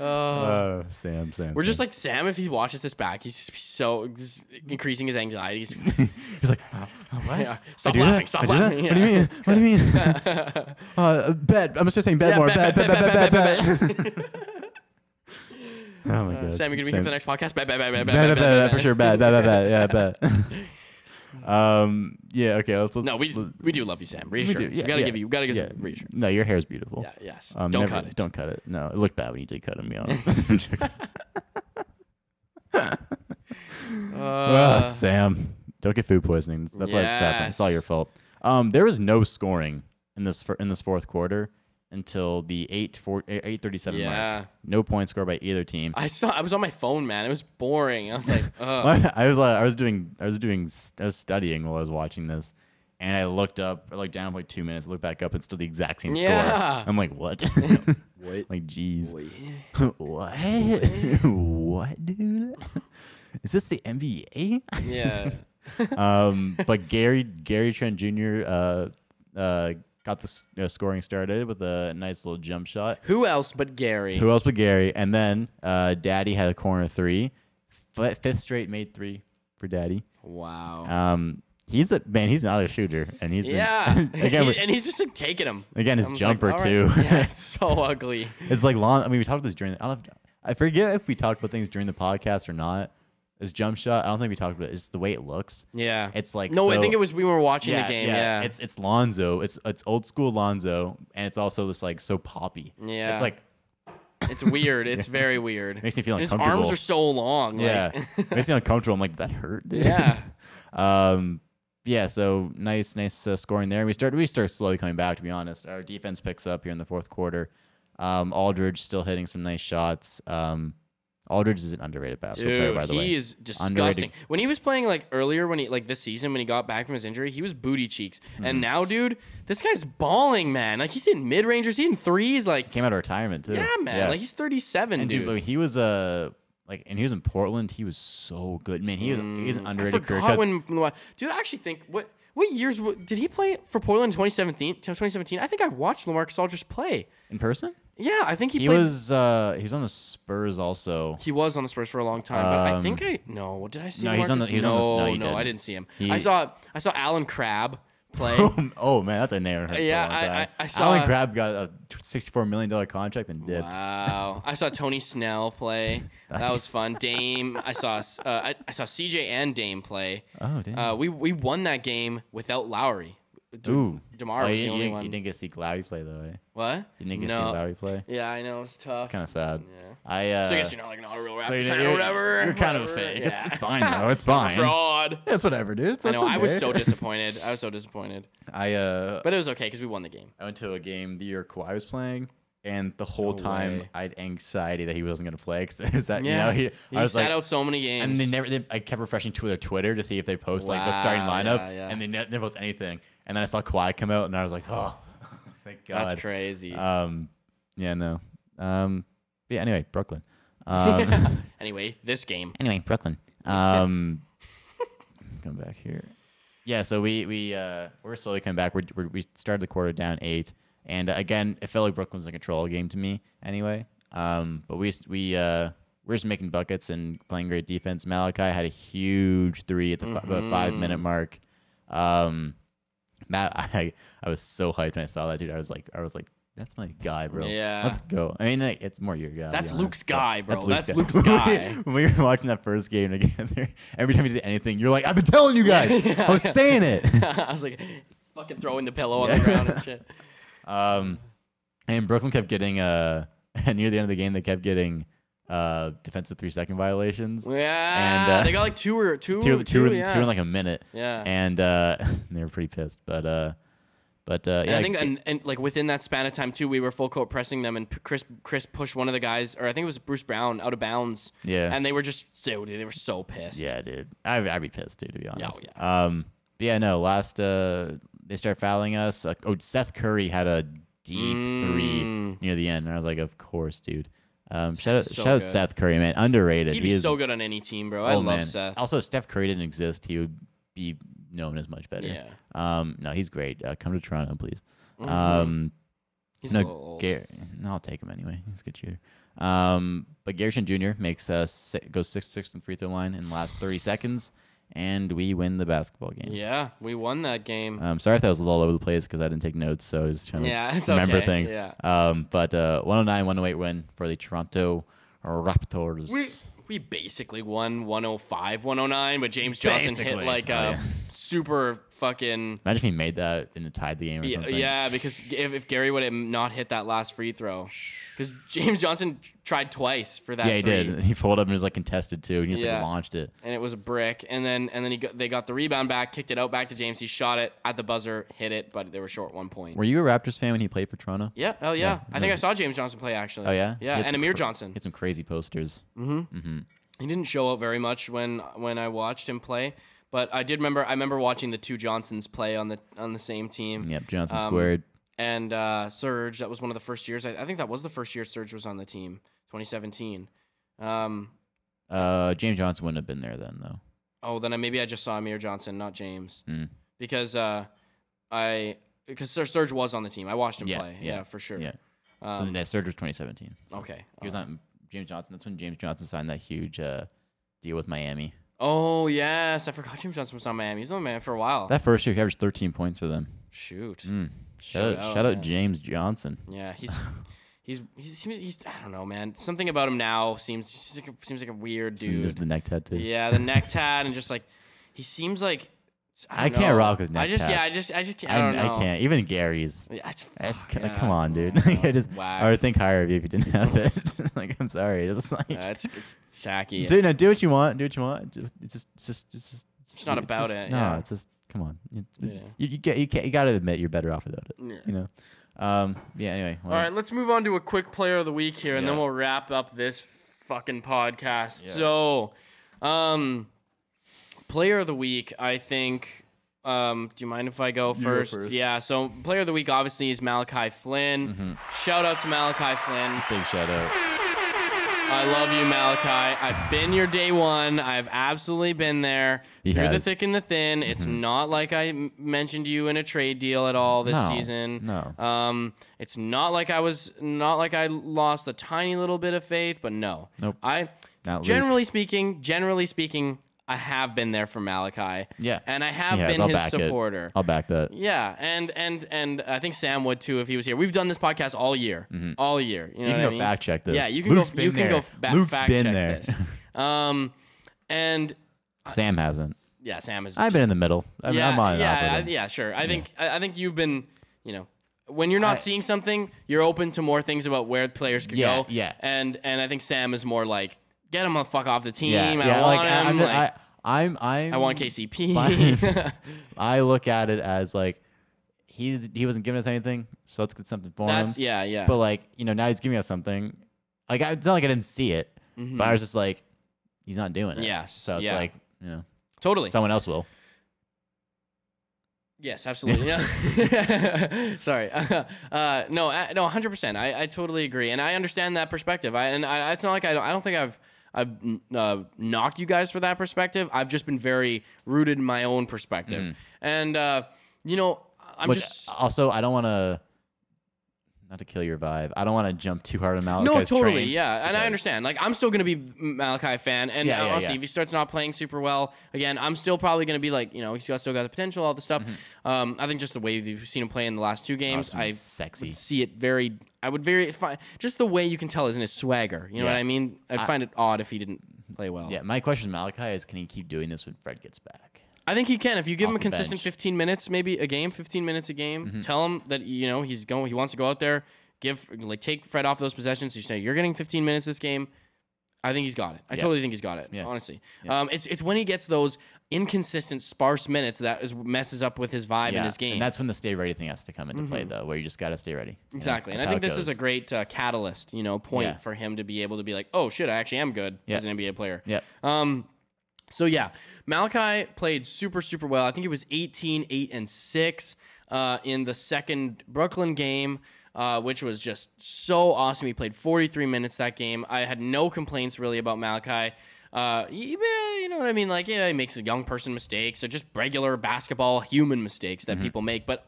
[SPEAKER 1] Oh.
[SPEAKER 2] Oh, Sam, Sam.
[SPEAKER 1] We're just like Sam if he watches this back. He's just so just increasing his anxieties.
[SPEAKER 2] He's like, "Uh, uh, what?
[SPEAKER 1] Yeah.
[SPEAKER 2] I
[SPEAKER 1] Stop
[SPEAKER 2] do that?
[SPEAKER 1] laughing, stop
[SPEAKER 2] I do that?
[SPEAKER 1] laughing,
[SPEAKER 2] What do you mean? What do you mean? uh, bet. I'm just saying bet
[SPEAKER 1] Yeah,
[SPEAKER 2] more.
[SPEAKER 1] bet,
[SPEAKER 2] Bet,
[SPEAKER 1] bet, bet,
[SPEAKER 2] bet, bet, bet,
[SPEAKER 1] bet,
[SPEAKER 2] bet. Oh my god.
[SPEAKER 1] Sam, you're gonna be here for the next podcast. Bad, bad, bad, bad,
[SPEAKER 2] Bet,
[SPEAKER 1] bad,
[SPEAKER 2] bet, bet, for sure. Bet, bet, bet, bet. Yeah, bet. Um. Yeah. Okay. Let's. let's
[SPEAKER 1] No, we
[SPEAKER 2] let-
[SPEAKER 1] we do love you, Sam.
[SPEAKER 2] we do.
[SPEAKER 1] Reassurance.
[SPEAKER 2] Yeah,
[SPEAKER 1] we gotta
[SPEAKER 2] yeah,
[SPEAKER 1] give you. We gotta give
[SPEAKER 2] yeah.
[SPEAKER 1] some reassurance.
[SPEAKER 2] No, your hair's beautiful.
[SPEAKER 1] Yeah. Yes.
[SPEAKER 2] Um,
[SPEAKER 1] don't
[SPEAKER 2] never-
[SPEAKER 1] cut it.
[SPEAKER 2] Don't cut it. No, it looked bad when you did cut him. To be honest. I'm joking.
[SPEAKER 1] Uh,
[SPEAKER 2] Ugh, Sam, don't get food poisoning. That's, that's why it's happening. It's all
[SPEAKER 1] Yes.
[SPEAKER 2] your fault. Um, there was no scoring in this fir- in this fourth quarter until the eight four eight thirty seven
[SPEAKER 1] Yeah.
[SPEAKER 2] mark. No points scored by either team.
[SPEAKER 1] I saw. I was on my phone, man. It was boring. I was like, ugh.
[SPEAKER 2] I was like, I was doing, I was doing, s- I was studying while I was watching this, and I looked up, I looked down for like two minutes, looked back up, and still the exact same
[SPEAKER 1] Yeah.
[SPEAKER 2] score. I'm like, what?
[SPEAKER 1] Wait.
[SPEAKER 2] like, jeez. what? what, dude? Is this the NBA?
[SPEAKER 1] Yeah.
[SPEAKER 2] um, but Gary Gary Trent Jr. Uh, uh, got the s- uh, scoring started with a nice little jump shot.
[SPEAKER 1] Who else but Gary?
[SPEAKER 2] Who else but Gary? And then uh, Daddy had a corner three, Fi fifth straight made three for Daddy.
[SPEAKER 1] Wow.
[SPEAKER 2] Um, he's a man. He's not a shooter, and he's been-
[SPEAKER 1] yeah.
[SPEAKER 2] again,
[SPEAKER 1] He-
[SPEAKER 2] we-
[SPEAKER 1] and he's just like, taking him.
[SPEAKER 2] again his
[SPEAKER 1] I'm like,
[SPEAKER 2] jumper
[SPEAKER 1] all right.
[SPEAKER 2] too.
[SPEAKER 1] Yeah, it's so ugly.
[SPEAKER 2] It's like long. I mean, we talked about this during. The, I, don't know if- I forget if we talked about things during the podcast or not. His jump shot, I don't think we talked about it. It's the way it looks.
[SPEAKER 1] Yeah.
[SPEAKER 2] It's like
[SPEAKER 1] no, I
[SPEAKER 2] so-
[SPEAKER 1] think it was we were watching the game. Yeah.
[SPEAKER 2] It's it's Lonzo. It's it's old school Lonzo, and it's also this like so poppy.
[SPEAKER 1] Yeah.
[SPEAKER 2] It's like
[SPEAKER 1] It's weird. It's very weird.
[SPEAKER 2] Makes me feel
[SPEAKER 1] And His
[SPEAKER 2] uncomfortable.
[SPEAKER 1] arms are so long. like-
[SPEAKER 2] yeah, makes me uncomfortable. I'm like that hurt. dude?"
[SPEAKER 1] yeah.
[SPEAKER 2] Um. Yeah. So nice, nice uh, scoring there. We start we start slowly coming back. To be honest, our defense picks up here in the fourth quarter. Um, Aldridge still hitting some nice shots. Um, Aldridge is an underrated basketball player,
[SPEAKER 1] Dude,
[SPEAKER 2] by the
[SPEAKER 1] he
[SPEAKER 2] way.
[SPEAKER 1] is disgusting.
[SPEAKER 2] Underrated.
[SPEAKER 1] When he was playing like earlier, when he like this season, when he got back from his injury, he was booty cheeks.
[SPEAKER 2] Mm-hmm.
[SPEAKER 1] And now, dude, this guy's balling, man. Like he's hitting mid rangers, he's hitting threes. Like,
[SPEAKER 2] Came out of retirement too.
[SPEAKER 1] yeah, man. Like he's thirty seven,
[SPEAKER 2] and dude,
[SPEAKER 1] dude.
[SPEAKER 2] but he was Uh, like and he was in Portland. He was so good, man. He was he's an
[SPEAKER 1] Mm, I
[SPEAKER 2] underrated career.
[SPEAKER 1] forgot
[SPEAKER 2] 'cause-
[SPEAKER 1] when, dude. I actually think what what years w- did he play for Portland in 2017? 2017. I think I watched Lamar Gasol just play.
[SPEAKER 2] in person,
[SPEAKER 1] Yeah, I think he,
[SPEAKER 2] he
[SPEAKER 1] played.
[SPEAKER 2] was uh he was on the Spurs also.
[SPEAKER 1] He was on the Spurs for a long time, but I
[SPEAKER 2] Um,
[SPEAKER 1] think I no. What did I see?
[SPEAKER 2] no, he's on
[SPEAKER 1] Marcus?
[SPEAKER 2] the- he's
[SPEAKER 1] no,
[SPEAKER 2] on the- no, you
[SPEAKER 1] no, I
[SPEAKER 2] didn't.
[SPEAKER 1] didn't see him. I
[SPEAKER 2] He-
[SPEAKER 1] saw I saw Alan Crabb play.
[SPEAKER 2] oh man, that's a name I heard. for a
[SPEAKER 1] Yeah,
[SPEAKER 2] long
[SPEAKER 1] I-
[SPEAKER 2] time.
[SPEAKER 1] I- I saw-
[SPEAKER 2] Alan Crabb got a sixty-four million dollar contract and dipped.
[SPEAKER 1] wow, I saw Tony Snell play. That was fun. Dame, I saw uh, I, I saw CJ and Dame play.
[SPEAKER 2] Oh damn.
[SPEAKER 1] Uh, we we won that game without Lowry. D-
[SPEAKER 2] Ooh,
[SPEAKER 1] Demar
[SPEAKER 2] Oh,
[SPEAKER 1] was
[SPEAKER 2] you,
[SPEAKER 1] the
[SPEAKER 2] you-
[SPEAKER 1] only
[SPEAKER 2] you
[SPEAKER 1] one.
[SPEAKER 2] didn't get to see Lowry play though. Eh?
[SPEAKER 1] what?
[SPEAKER 2] You didn't get to see
[SPEAKER 1] no.
[SPEAKER 2] Lowry play.
[SPEAKER 1] Yeah, I know it's tough.
[SPEAKER 2] Kind of sad.
[SPEAKER 1] Yeah.
[SPEAKER 2] I. Uh,
[SPEAKER 1] so I guess you're not like not a real rapper
[SPEAKER 2] so you-
[SPEAKER 1] fan
[SPEAKER 2] you're-
[SPEAKER 1] or whatever.
[SPEAKER 2] You're kind of a
[SPEAKER 1] whatever.
[SPEAKER 2] fake. It's,
[SPEAKER 1] Yeah.
[SPEAKER 2] it's fine though. It's fine.
[SPEAKER 1] fraud.
[SPEAKER 2] It's whatever, dude. It's,
[SPEAKER 1] I know.
[SPEAKER 2] it's
[SPEAKER 1] I was
[SPEAKER 2] okay.
[SPEAKER 1] so disappointed. I was so disappointed.
[SPEAKER 2] I uh,
[SPEAKER 1] But it was okay because we won the game.
[SPEAKER 2] I went to a game the year Kawhi was playing, and the whole time
[SPEAKER 1] way.
[SPEAKER 2] I had anxiety that he wasn't gonna play because is that
[SPEAKER 1] Yeah,
[SPEAKER 2] you know
[SPEAKER 1] he
[SPEAKER 2] he, I was
[SPEAKER 1] sat
[SPEAKER 2] like.
[SPEAKER 1] out so many games.
[SPEAKER 2] And they never. They, I kept refreshing to their Twitter to see if they post like the starting
[SPEAKER 1] Wow,
[SPEAKER 2] lineup,
[SPEAKER 1] yeah, yeah.
[SPEAKER 2] and they ne- never post anything. And then I saw Kawhi come out, and I was like, oh, thank God.
[SPEAKER 1] That's crazy.
[SPEAKER 2] Um, yeah, no. Um, but yeah. Anyway, Brooklyn. Um,
[SPEAKER 1] anyway, this game.
[SPEAKER 2] anyway, Brooklyn. Um, come back here. Yeah, so we we uh, we're slowly coming back. We're, we're, we started the quarter down eight, and uh, again, it felt like Brooklyn's in control of the game to me. Anyway, um, but we just- we uh, we're just making buckets and playing great defense. Malachi had a huge three at the fi-
[SPEAKER 1] Mm-hmm.
[SPEAKER 2] about five minute mark. Um, Matt, I I was so hyped when I saw that dude. I was like, I was like, that's my guy, bro.
[SPEAKER 1] Yeah.
[SPEAKER 2] let's go. I mean, like, it's more your guy. to be
[SPEAKER 1] That's
[SPEAKER 2] honest,
[SPEAKER 1] Luke's
[SPEAKER 2] but
[SPEAKER 1] guy, bro. That's Luke's
[SPEAKER 2] When we-
[SPEAKER 1] guy.
[SPEAKER 2] when we were watching that first game together, every time he did anything, you're like, I've been telling you guys. I was saying it.
[SPEAKER 1] I was like, fucking throwing the pillow on the ground and shit.
[SPEAKER 2] Um, and Brooklyn kept getting uh near the end of the game, they kept getting uh defensive three second violations.
[SPEAKER 1] Yeah,
[SPEAKER 2] uh,
[SPEAKER 1] they got like two or two,
[SPEAKER 2] Two, two, two,
[SPEAKER 1] yeah.
[SPEAKER 2] in like a minute.
[SPEAKER 1] Yeah.
[SPEAKER 2] And uh, they were pretty pissed, but uh, but uh,
[SPEAKER 1] And
[SPEAKER 2] yeah,
[SPEAKER 1] I think,
[SPEAKER 2] g-
[SPEAKER 1] and, and like within that span of time too, we were full court pressing them, and P- Chris Chris pushed one of the guys, or I think it was Bruce Brown, out of bounds.
[SPEAKER 2] Yeah.
[SPEAKER 1] And they were just so they were so pissed.
[SPEAKER 2] Yeah, dude. I, I'd be pissed too, to be honest.
[SPEAKER 1] yeah.
[SPEAKER 2] Um, but yeah, no. Last, uh, they start fouling us. Uh, oh, Seth Curry had a deep E three
[SPEAKER 1] Mm.
[SPEAKER 2] near the end, and I was like, of course, dude. Um, shout out,
[SPEAKER 1] is so
[SPEAKER 2] shout out
[SPEAKER 1] good.
[SPEAKER 2] Seth Curry, man. Underrated.
[SPEAKER 1] He'd
[SPEAKER 2] He
[SPEAKER 1] be
[SPEAKER 2] is-
[SPEAKER 1] so good on any team, bro. I
[SPEAKER 2] oh,
[SPEAKER 1] love
[SPEAKER 2] man.
[SPEAKER 1] Seth.
[SPEAKER 2] Also, if Steph Curry didn't exist, he would be known as much better.
[SPEAKER 1] Yeah. Mm-hmm.
[SPEAKER 2] Um, no, he's great. Uh, come to Toronto, please. Um,
[SPEAKER 1] He's a
[SPEAKER 2] no,
[SPEAKER 1] little old.
[SPEAKER 2] Gar- no, I'll take him anyway. He's a good shooter. Um, but Garrison Jr. makes uh si- goes six six from free throw line in the last thirty seconds, and we win the basketball game.
[SPEAKER 1] Yeah, we won that game.
[SPEAKER 2] Um, sorry if that was a little all over the place because I didn't take notes, so I was trying
[SPEAKER 1] Yeah,
[SPEAKER 2] to
[SPEAKER 1] it's
[SPEAKER 2] remember
[SPEAKER 1] okay.
[SPEAKER 2] things.
[SPEAKER 1] Yeah.
[SPEAKER 2] Um, but uh, 109 108 win for the Toronto Raptors.
[SPEAKER 1] we we basically won 105 109 but james johnson hit
[SPEAKER 2] Basically.
[SPEAKER 1] like
[SPEAKER 2] Oh,
[SPEAKER 1] a
[SPEAKER 2] yeah.
[SPEAKER 1] super fucking
[SPEAKER 2] Imagine if he made that and it tied the game or
[SPEAKER 1] yeah,
[SPEAKER 2] something.
[SPEAKER 1] yeah because if, if gary would have not hit that last free throw because james johnson tried twice for that
[SPEAKER 2] Yeah, he
[SPEAKER 1] three,
[SPEAKER 2] did. He pulled up and was like contested too, and he just
[SPEAKER 1] Yeah.
[SPEAKER 2] like launched it.
[SPEAKER 1] and it was a brick and then and then he got, they got the rebound back kicked it out back to james he shot it at the buzzer hit it but they were short one point
[SPEAKER 2] Were you a Raptors fan when he played for Toronto?
[SPEAKER 1] yeah oh yeah, i think i saw james johnson play actually
[SPEAKER 2] Oh yeah. He
[SPEAKER 1] yeah and
[SPEAKER 2] had some
[SPEAKER 1] amir
[SPEAKER 2] cra-
[SPEAKER 1] johnson
[SPEAKER 2] He had some crazy posters.
[SPEAKER 1] he didn't show up very much when when I watched him play, but I did remember I remember watching the two Johnsons play on the on the same team.
[SPEAKER 2] Yep, Johnson
[SPEAKER 1] Um,
[SPEAKER 2] squared.
[SPEAKER 1] And uh, Surge, that was one of the first years. I, I think that was the first year Surge was on the team, 2017. Um,
[SPEAKER 2] Uh, James Johnson wouldn't have been there then though.
[SPEAKER 1] oh, then I, maybe I just saw Amir Johnson, not James,
[SPEAKER 2] Mm.
[SPEAKER 1] because uh, I because Sur- Surge was on the team. I watched him
[SPEAKER 2] Yeah,
[SPEAKER 1] play. Yeah,
[SPEAKER 2] yeah,
[SPEAKER 1] for sure.
[SPEAKER 2] Yeah.
[SPEAKER 1] Um,
[SPEAKER 2] so that surge was 2017.
[SPEAKER 1] okay.
[SPEAKER 2] He was
[SPEAKER 1] Uh,
[SPEAKER 2] not James Johnson. That's when James Johnson signed that huge uh, deal with Miami.
[SPEAKER 1] oh yes, I forgot James Johnson was on Miami. He was on Miami for a while.
[SPEAKER 2] That first year, he averaged 13 points for them.
[SPEAKER 1] Shoot. Oh,
[SPEAKER 2] Shout, out, shout out
[SPEAKER 1] yeah.
[SPEAKER 2] James Johnson.
[SPEAKER 1] Yeah, he's He's he's, he's I don't know, man. Something about him now seems seems like a, seems like a weird
[SPEAKER 2] This is
[SPEAKER 1] dude.
[SPEAKER 2] the neck tattoo.
[SPEAKER 1] Yeah, the neck tat and just like he seems like I,
[SPEAKER 2] I
[SPEAKER 1] don't
[SPEAKER 2] can't
[SPEAKER 1] know.
[SPEAKER 2] rock with neck
[SPEAKER 1] I just yeah, I
[SPEAKER 2] tats.
[SPEAKER 1] just I just can't,
[SPEAKER 2] I,
[SPEAKER 1] I don't know.
[SPEAKER 2] I can't. Even Gary's.
[SPEAKER 1] Yeah, That's,
[SPEAKER 2] That's
[SPEAKER 1] fuck, yeah.
[SPEAKER 2] come on, dude.
[SPEAKER 1] I know,
[SPEAKER 2] Like, I
[SPEAKER 1] it's
[SPEAKER 2] just
[SPEAKER 1] whack.
[SPEAKER 2] I would think higher of you if you didn't have it. like I'm sorry. It's like
[SPEAKER 1] Yeah, it's it's sacky.
[SPEAKER 2] do no, do what you want. Do what you want. Just, it's just it's just it's just
[SPEAKER 1] It's not about
[SPEAKER 2] just-
[SPEAKER 1] it,
[SPEAKER 2] No,
[SPEAKER 1] yeah.
[SPEAKER 2] it's just come on. You,
[SPEAKER 1] Yeah.
[SPEAKER 2] you, you get you, ca- you got to admit you're better off without it.
[SPEAKER 1] Yeah.
[SPEAKER 2] You know. Um. Yeah. Anyway.
[SPEAKER 1] All right, let's move on to a quick player of the week here, and then
[SPEAKER 2] Yeah.
[SPEAKER 1] we'll wrap up this fucking podcast.
[SPEAKER 2] Yeah.
[SPEAKER 1] So, um, player of the week, I think. Um, do you mind if I go
[SPEAKER 2] go
[SPEAKER 1] first?
[SPEAKER 2] first. Mm-hmm.
[SPEAKER 1] Yeah. So, player of the week obviously is Malachi Flynn. Shout out to Malachi Flynn.
[SPEAKER 2] Big shout out.
[SPEAKER 1] I love you, Malachi. I've been your day one. I've absolutely been there
[SPEAKER 2] He
[SPEAKER 1] through
[SPEAKER 2] has. Mm-hmm.
[SPEAKER 1] the thick and the thin. It's not like I m- mentioned you in a trade deal at all this
[SPEAKER 2] No,
[SPEAKER 1] season.
[SPEAKER 2] no.
[SPEAKER 1] Um, it's not like I was not like I lost a tiny little bit of faith, but no.
[SPEAKER 2] Nope.
[SPEAKER 1] I
[SPEAKER 2] Not Luke.
[SPEAKER 1] generally speaking, generally speaking, I have been there for Malachi.
[SPEAKER 2] Yeah.
[SPEAKER 1] and I have
[SPEAKER 2] He has.
[SPEAKER 1] been
[SPEAKER 2] I'll
[SPEAKER 1] his
[SPEAKER 2] back it.
[SPEAKER 1] supporter.
[SPEAKER 2] I'll back that.
[SPEAKER 1] Yeah, and and and I think Sam would too if he was here. We've done this podcast all year, all year. You, know
[SPEAKER 2] Mm-hmm. You
[SPEAKER 1] what
[SPEAKER 2] can
[SPEAKER 1] I
[SPEAKER 2] go
[SPEAKER 1] mean?
[SPEAKER 2] fact check this.
[SPEAKER 1] Yeah, you can
[SPEAKER 2] Luke's
[SPEAKER 1] go. You
[SPEAKER 2] been
[SPEAKER 1] can go
[SPEAKER 2] there.
[SPEAKER 1] fa-
[SPEAKER 2] Luke's
[SPEAKER 1] fact
[SPEAKER 2] been
[SPEAKER 1] check
[SPEAKER 2] there.
[SPEAKER 1] this. Um, and
[SPEAKER 2] Sam hasn't.
[SPEAKER 1] yeah, Sam is.
[SPEAKER 2] I've been in the middle. I mean,
[SPEAKER 1] yeah,
[SPEAKER 2] I'm on and
[SPEAKER 1] yeah,
[SPEAKER 2] off with
[SPEAKER 1] I-
[SPEAKER 2] him.
[SPEAKER 1] yeah, sure. I think I, I think you've been, you know, when you're not
[SPEAKER 2] I-
[SPEAKER 1] seeing something, you're open to more things about where players could
[SPEAKER 2] Yeah,
[SPEAKER 1] go.
[SPEAKER 2] yeah.
[SPEAKER 1] and and I think Sam is more like, get him the fuck off the team. I
[SPEAKER 2] Yeah,
[SPEAKER 1] don't
[SPEAKER 2] yeah,
[SPEAKER 1] want
[SPEAKER 2] like, I,
[SPEAKER 1] him.
[SPEAKER 2] I'm,
[SPEAKER 1] like,
[SPEAKER 2] I, I'm, I'm,
[SPEAKER 1] I want
[SPEAKER 2] Fine.
[SPEAKER 1] KCP.
[SPEAKER 2] I look at it as like he's he wasn't giving us anything, so let's get something for
[SPEAKER 1] That's
[SPEAKER 2] him.
[SPEAKER 1] yeah, yeah.
[SPEAKER 2] But like you know now he's giving us something. Like I, it's not like I didn't see it, but I was just like he's not doing it.
[SPEAKER 1] Mm-hmm. Yes,
[SPEAKER 2] So it's
[SPEAKER 1] yeah.
[SPEAKER 2] like you know
[SPEAKER 1] totally.
[SPEAKER 2] someone else will.
[SPEAKER 1] Yes, absolutely. Yeah. Sorry. Uh, uh, no, I, no, hundred percent. I, I totally agree, and I understand that perspective. I and I, it's not like I don't. I don't think I've I've uh, knocked you guys for that perspective. I've just been very rooted in my own perspective, and uh, you know, I'm
[SPEAKER 2] Which
[SPEAKER 1] just
[SPEAKER 2] also I don't want to. Not to kill your vibe. I don't want to jump too hard on Malachi's
[SPEAKER 1] no, totally,
[SPEAKER 2] train
[SPEAKER 1] yeah, and I
[SPEAKER 2] because-
[SPEAKER 1] understand. Like, I'm still gonna be Malachi fan, and
[SPEAKER 2] Yeah, yeah,
[SPEAKER 1] honestly,
[SPEAKER 2] yeah.
[SPEAKER 1] if he starts not playing super well again, I'm still probably gonna be like, you know, he's got still got the potential, all the stuff. Um, I think just the way that you've seen him play in the last two games,
[SPEAKER 2] Mm-hmm. Awesome,
[SPEAKER 1] I
[SPEAKER 2] sexy.
[SPEAKER 1] would see it very. I would very fi- just the way you can tell is in his swagger. You know
[SPEAKER 2] Yeah.
[SPEAKER 1] what I mean? I'd find it odd if he didn't play well.
[SPEAKER 2] Yeah, my question, to Malachi, is can he keep doing this when Fred gets back?
[SPEAKER 1] I think he can if you give
[SPEAKER 2] Off
[SPEAKER 1] him a
[SPEAKER 2] the
[SPEAKER 1] consistent
[SPEAKER 2] bench.
[SPEAKER 1] 15
[SPEAKER 2] Mm-hmm.
[SPEAKER 1] minutes, maybe a game, 15 minutes a game. Tell him that you know he's going. He wants to go out there, give like take Fred off those possessions. You say you're getting 15 minutes this game. I think he's got it. I totally think he's got it.
[SPEAKER 2] Yeah.
[SPEAKER 1] Honestly, um, it's it's when he gets those inconsistent, sparse minutes that is messes up with his vibe in his game. Mm-hmm.
[SPEAKER 2] and that's when the stay ready thing has to come into play, though, where you just got to stay ready. You know,
[SPEAKER 1] exactly, and
[SPEAKER 2] that's
[SPEAKER 1] I
[SPEAKER 2] how
[SPEAKER 1] think
[SPEAKER 2] it
[SPEAKER 1] this is a
[SPEAKER 2] goes.
[SPEAKER 1] great uh, catalyst, you know, point
[SPEAKER 2] Yeah.
[SPEAKER 1] for him to be able to be like, oh shit, I actually am good
[SPEAKER 2] Yeah.
[SPEAKER 1] as an NBA player.
[SPEAKER 2] Yeah,
[SPEAKER 1] Um, so yeah, Malachi played super super well. I think it was 18, 8, and 6 uh, in the second Brooklyn game. Uh, which was just so awesome. He played 43 minutes that game. I had no complaints really about Malachi. Uh, he- eh, you know what I mean? Like, yeah, he makes young person mistakes or just regular basketball human mistakes that people make. But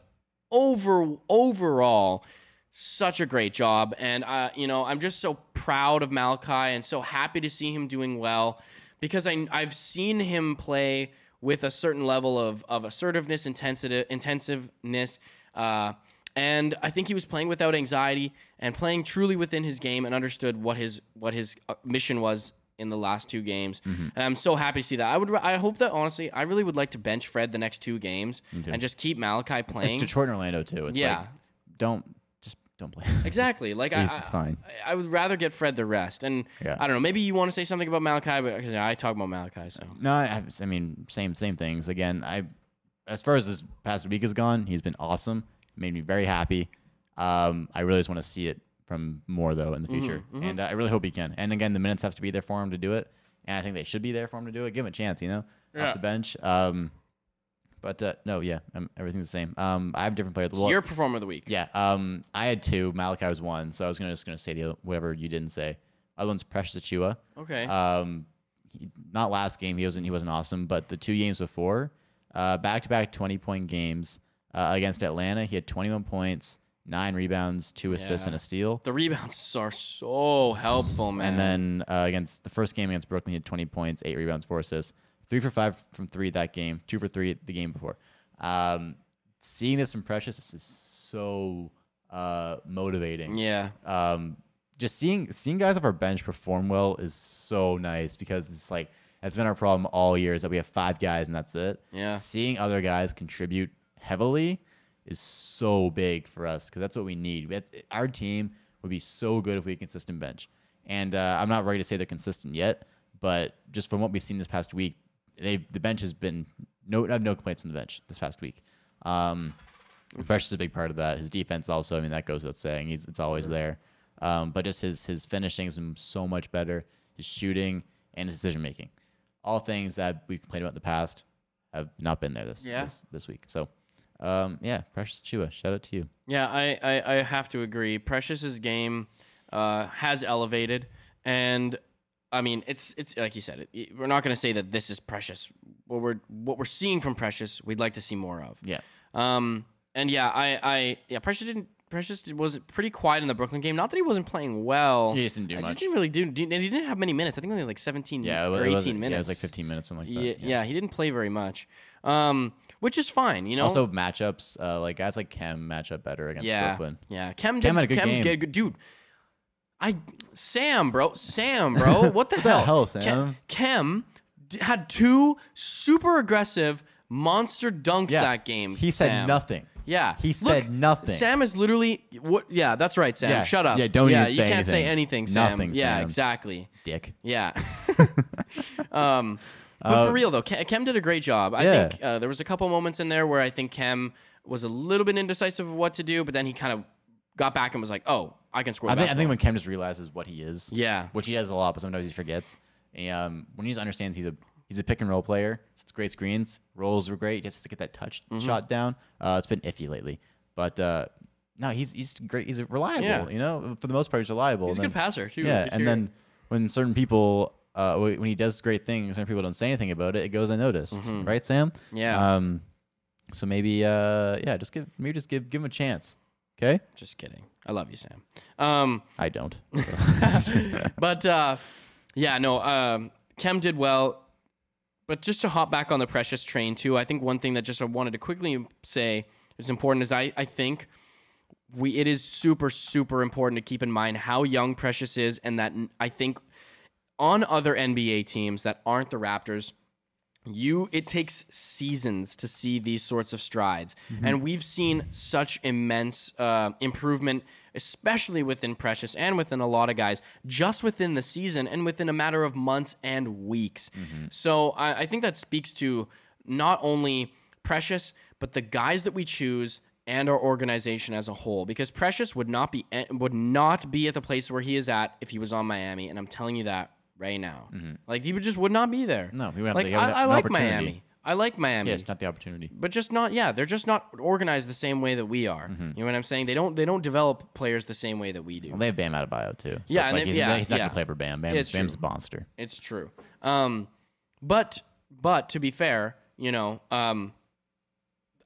[SPEAKER 1] over overall such a great job and uh, you know i'm just so proud of malachi and so happy to see him doing well because I, i've seen him play with a certain level of, of assertiveness intensity intensiveness uh, and i think he was playing without anxiety and playing truly within his game and understood what his what his uh, mission was in the last two games, and I'm so happy to see that. I would, I hope that honestly, I really would like to bench Fred the next two games and just keep Malachi playing.
[SPEAKER 2] it's Detroit and Orlando too. It's
[SPEAKER 1] Yeah.
[SPEAKER 2] like, don't just don't play.
[SPEAKER 1] Exactly. Like
[SPEAKER 2] He's-
[SPEAKER 1] I,
[SPEAKER 2] it's
[SPEAKER 1] I-
[SPEAKER 2] fine.
[SPEAKER 1] I, I would rather get Fred the rest, and
[SPEAKER 2] Yeah.
[SPEAKER 1] I don't know. Maybe you want to say something about Malachi, but because I talk about Malachi, so
[SPEAKER 2] no, I, I mean same same things again. I as far as this past week has gone, he's been awesome. Made me very happy. Um, I really just want to see it from more though in the
[SPEAKER 1] Mm-hmm,
[SPEAKER 2] future, and uh, I really hope he can. And again, the minutes have to be there for him to do it, and I think they should be there for him to do it. Give him a chance, you know,
[SPEAKER 1] Yeah.
[SPEAKER 2] off the bench. Um, but uh, no, yeah, um everything's the same. Um, I have different players. Well,
[SPEAKER 1] you're performer of the week.
[SPEAKER 2] Yeah. Um, I had two. Malachi was one. So I was gonna just gonna say the other, whatever you didn't say. Other one's Precious Achua.
[SPEAKER 1] Okay.
[SPEAKER 2] Um, he, not last game. He wasn't. He wasn't awesome. But the two games before, uh, back to back twenty point games uh, against Atlanta, he had twenty one points, nine rebounds, two assists,
[SPEAKER 1] Yeah.
[SPEAKER 2] and a steal.
[SPEAKER 1] the rebounds are so helpful, man.
[SPEAKER 2] And then uh, against the first game against Brooklyn, he had 20 points, eight rebounds, four assists, three for five from three that game, two for three the game before. Um, seeing this from Precious is so uh, motivating.
[SPEAKER 1] Yeah.
[SPEAKER 2] Um, just seeing seeing guys off our bench perform well is so nice because it's like that's been our problem all year is that we have five guys and that's it.
[SPEAKER 1] Yeah.
[SPEAKER 2] Seeing other guys contribute heavily is so big for us because that's what we need. We- Our team would be so good if we had consistent bench. And uh, I'm not ready to say they're consistent yet, but just from what we've seen this past week, they the bench has been no. I have no complaints on the bench this past week. Um, Fresh is a big part of that. His defense also, I mean, that goes without saying. He's it's always there. Um, but just his his finishing has been so much better. His shooting and his decision making, all things that we complained about in the past, have not been there this
[SPEAKER 1] Yeah.
[SPEAKER 2] this, this week. So, um, yeah, Precious Chua, shout out to you.
[SPEAKER 1] Yeah, I, I, I have to agree. Precious's game uh, has elevated, and I mean, it's it's like you said. It, it- we're not going to say that this is Precious. What we're what we're seeing from Precious, we'd like to see more of.
[SPEAKER 2] Yeah,
[SPEAKER 1] Um, and yeah, I, I yeah, Precious didn't. Precious was pretty quiet in the Brooklyn game. Not that he wasn't playing well.
[SPEAKER 2] He just didn't do
[SPEAKER 1] I
[SPEAKER 2] much.
[SPEAKER 1] Just didn't really do. didn't- He didn't have many minutes. I think only like seventeen
[SPEAKER 2] yeah, it, wa-
[SPEAKER 1] or
[SPEAKER 2] it
[SPEAKER 1] eighteen
[SPEAKER 2] wasn't-
[SPEAKER 1] minutes.
[SPEAKER 2] Yeah, it was like 15 minutes, something like that.
[SPEAKER 1] Yeah, yeah, he didn't play very much, um, which is fine. You know.
[SPEAKER 2] Also, matchups uh, like guys like Cam match up better against
[SPEAKER 1] yeah,
[SPEAKER 2] Brooklyn.
[SPEAKER 1] yeah. Cam, did,
[SPEAKER 2] Cam had a good
[SPEAKER 1] Cam
[SPEAKER 2] game.
[SPEAKER 1] did good- dude. I Sam, bro, Sam, bro, what the
[SPEAKER 2] the
[SPEAKER 1] hell?
[SPEAKER 2] hell,
[SPEAKER 1] Ke-
[SPEAKER 2] Sam?
[SPEAKER 1] Cam d- had two super aggressive monster dunks
[SPEAKER 2] Yeah.
[SPEAKER 1] that game.
[SPEAKER 2] He said
[SPEAKER 1] Sam.
[SPEAKER 2] nothing.
[SPEAKER 1] Yeah.
[SPEAKER 2] He said nothing.
[SPEAKER 1] Sam is literally what yeah, that's right, Sam.
[SPEAKER 2] Yeah.
[SPEAKER 1] Shut up.
[SPEAKER 2] Yeah, don't
[SPEAKER 1] yeah,
[SPEAKER 2] even
[SPEAKER 1] you
[SPEAKER 2] say
[SPEAKER 1] can't say anything,
[SPEAKER 2] anything.
[SPEAKER 1] Sam.
[SPEAKER 2] Nothing,
[SPEAKER 1] yeah,
[SPEAKER 2] Sam.
[SPEAKER 1] exactly.
[SPEAKER 2] Dick.
[SPEAKER 1] Yeah. um but for real though, Ke- Kem did a great job. I
[SPEAKER 2] Uh, Yeah.
[SPEAKER 1] think uh, there was a couple moments in there where I think Kem was a little bit indecisive of what to do, but then he kind of got back and was like, "Oh, I can score." the
[SPEAKER 2] I think, I
[SPEAKER 1] basketball."
[SPEAKER 2] think when Cam just realizes what he is,
[SPEAKER 1] Yeah.
[SPEAKER 2] which he does a lot, but sometimes he forgets. And, um, when he just understands he's a he's a pick and roll player, it's great screens, rolls were great. He just has to get that touch
[SPEAKER 1] Mm-hmm.
[SPEAKER 2] shot down. Uh, it's been iffy lately, but uh, no, he's he's great. He's reliable.
[SPEAKER 1] Yeah.
[SPEAKER 2] You know, for the most part, he's reliable.
[SPEAKER 1] he's a
[SPEAKER 2] And
[SPEAKER 1] good
[SPEAKER 2] then-
[SPEAKER 1] passer too.
[SPEAKER 2] Yeah,
[SPEAKER 1] He's
[SPEAKER 2] and
[SPEAKER 1] here.
[SPEAKER 2] then when certain people. Uh, wh- when he does great things, certain people don't say anything about it. It goes unnoticed, right, Sam?
[SPEAKER 1] Mm-hmm. Yeah.
[SPEAKER 2] Um, so maybe, uh, yeah, just give maybe just give give him a chance. Okay,
[SPEAKER 1] just kidding. I love you, Sam. Um
[SPEAKER 2] I don't.
[SPEAKER 1] but uh, yeah, no, um, Kem did well. But just to hop back on the Precious train too, I think one thing that just I wanted to quickly say is important is I, I think we it is super super important to keep in mind how young Precious is, and that n- I think on other NBA teams that aren't the Raptors, you it takes seasons to see these sorts of strides and we've seen such immense uh, improvement especially within precious and within a lot of guys just within the season and within a matter of months and weeks so I, I think that speaks to not only precious but the guys that we choose and our organization as a whole because precious would not be eh, would not be at the place where he is at if he was on miami and i'm telling you that right now like he would just would not be there
[SPEAKER 2] No, he wouldn't have
[SPEAKER 1] like
[SPEAKER 2] the- he
[SPEAKER 1] I,
[SPEAKER 2] wouldn't
[SPEAKER 1] I
[SPEAKER 2] have an
[SPEAKER 1] like
[SPEAKER 2] opportunity.
[SPEAKER 1] Miami. I like Miami.
[SPEAKER 2] yeah, it's not the opportunity.
[SPEAKER 1] But just not yeah, they're just not organized the same way that we are. You know what I'm saying? They don't they don't develop players the same way that we do.
[SPEAKER 2] Mm-hmm. Well, they have Bam Adebayo too. So
[SPEAKER 1] Yeah,
[SPEAKER 2] it's
[SPEAKER 1] and
[SPEAKER 2] like
[SPEAKER 1] they-
[SPEAKER 2] he's,
[SPEAKER 1] yeah,
[SPEAKER 2] he's not
[SPEAKER 1] yeah.
[SPEAKER 2] gonna play for Bam. Bam
[SPEAKER 1] It's
[SPEAKER 2] Bam's a monster.
[SPEAKER 1] It's true. Um but but to be fair, you know, um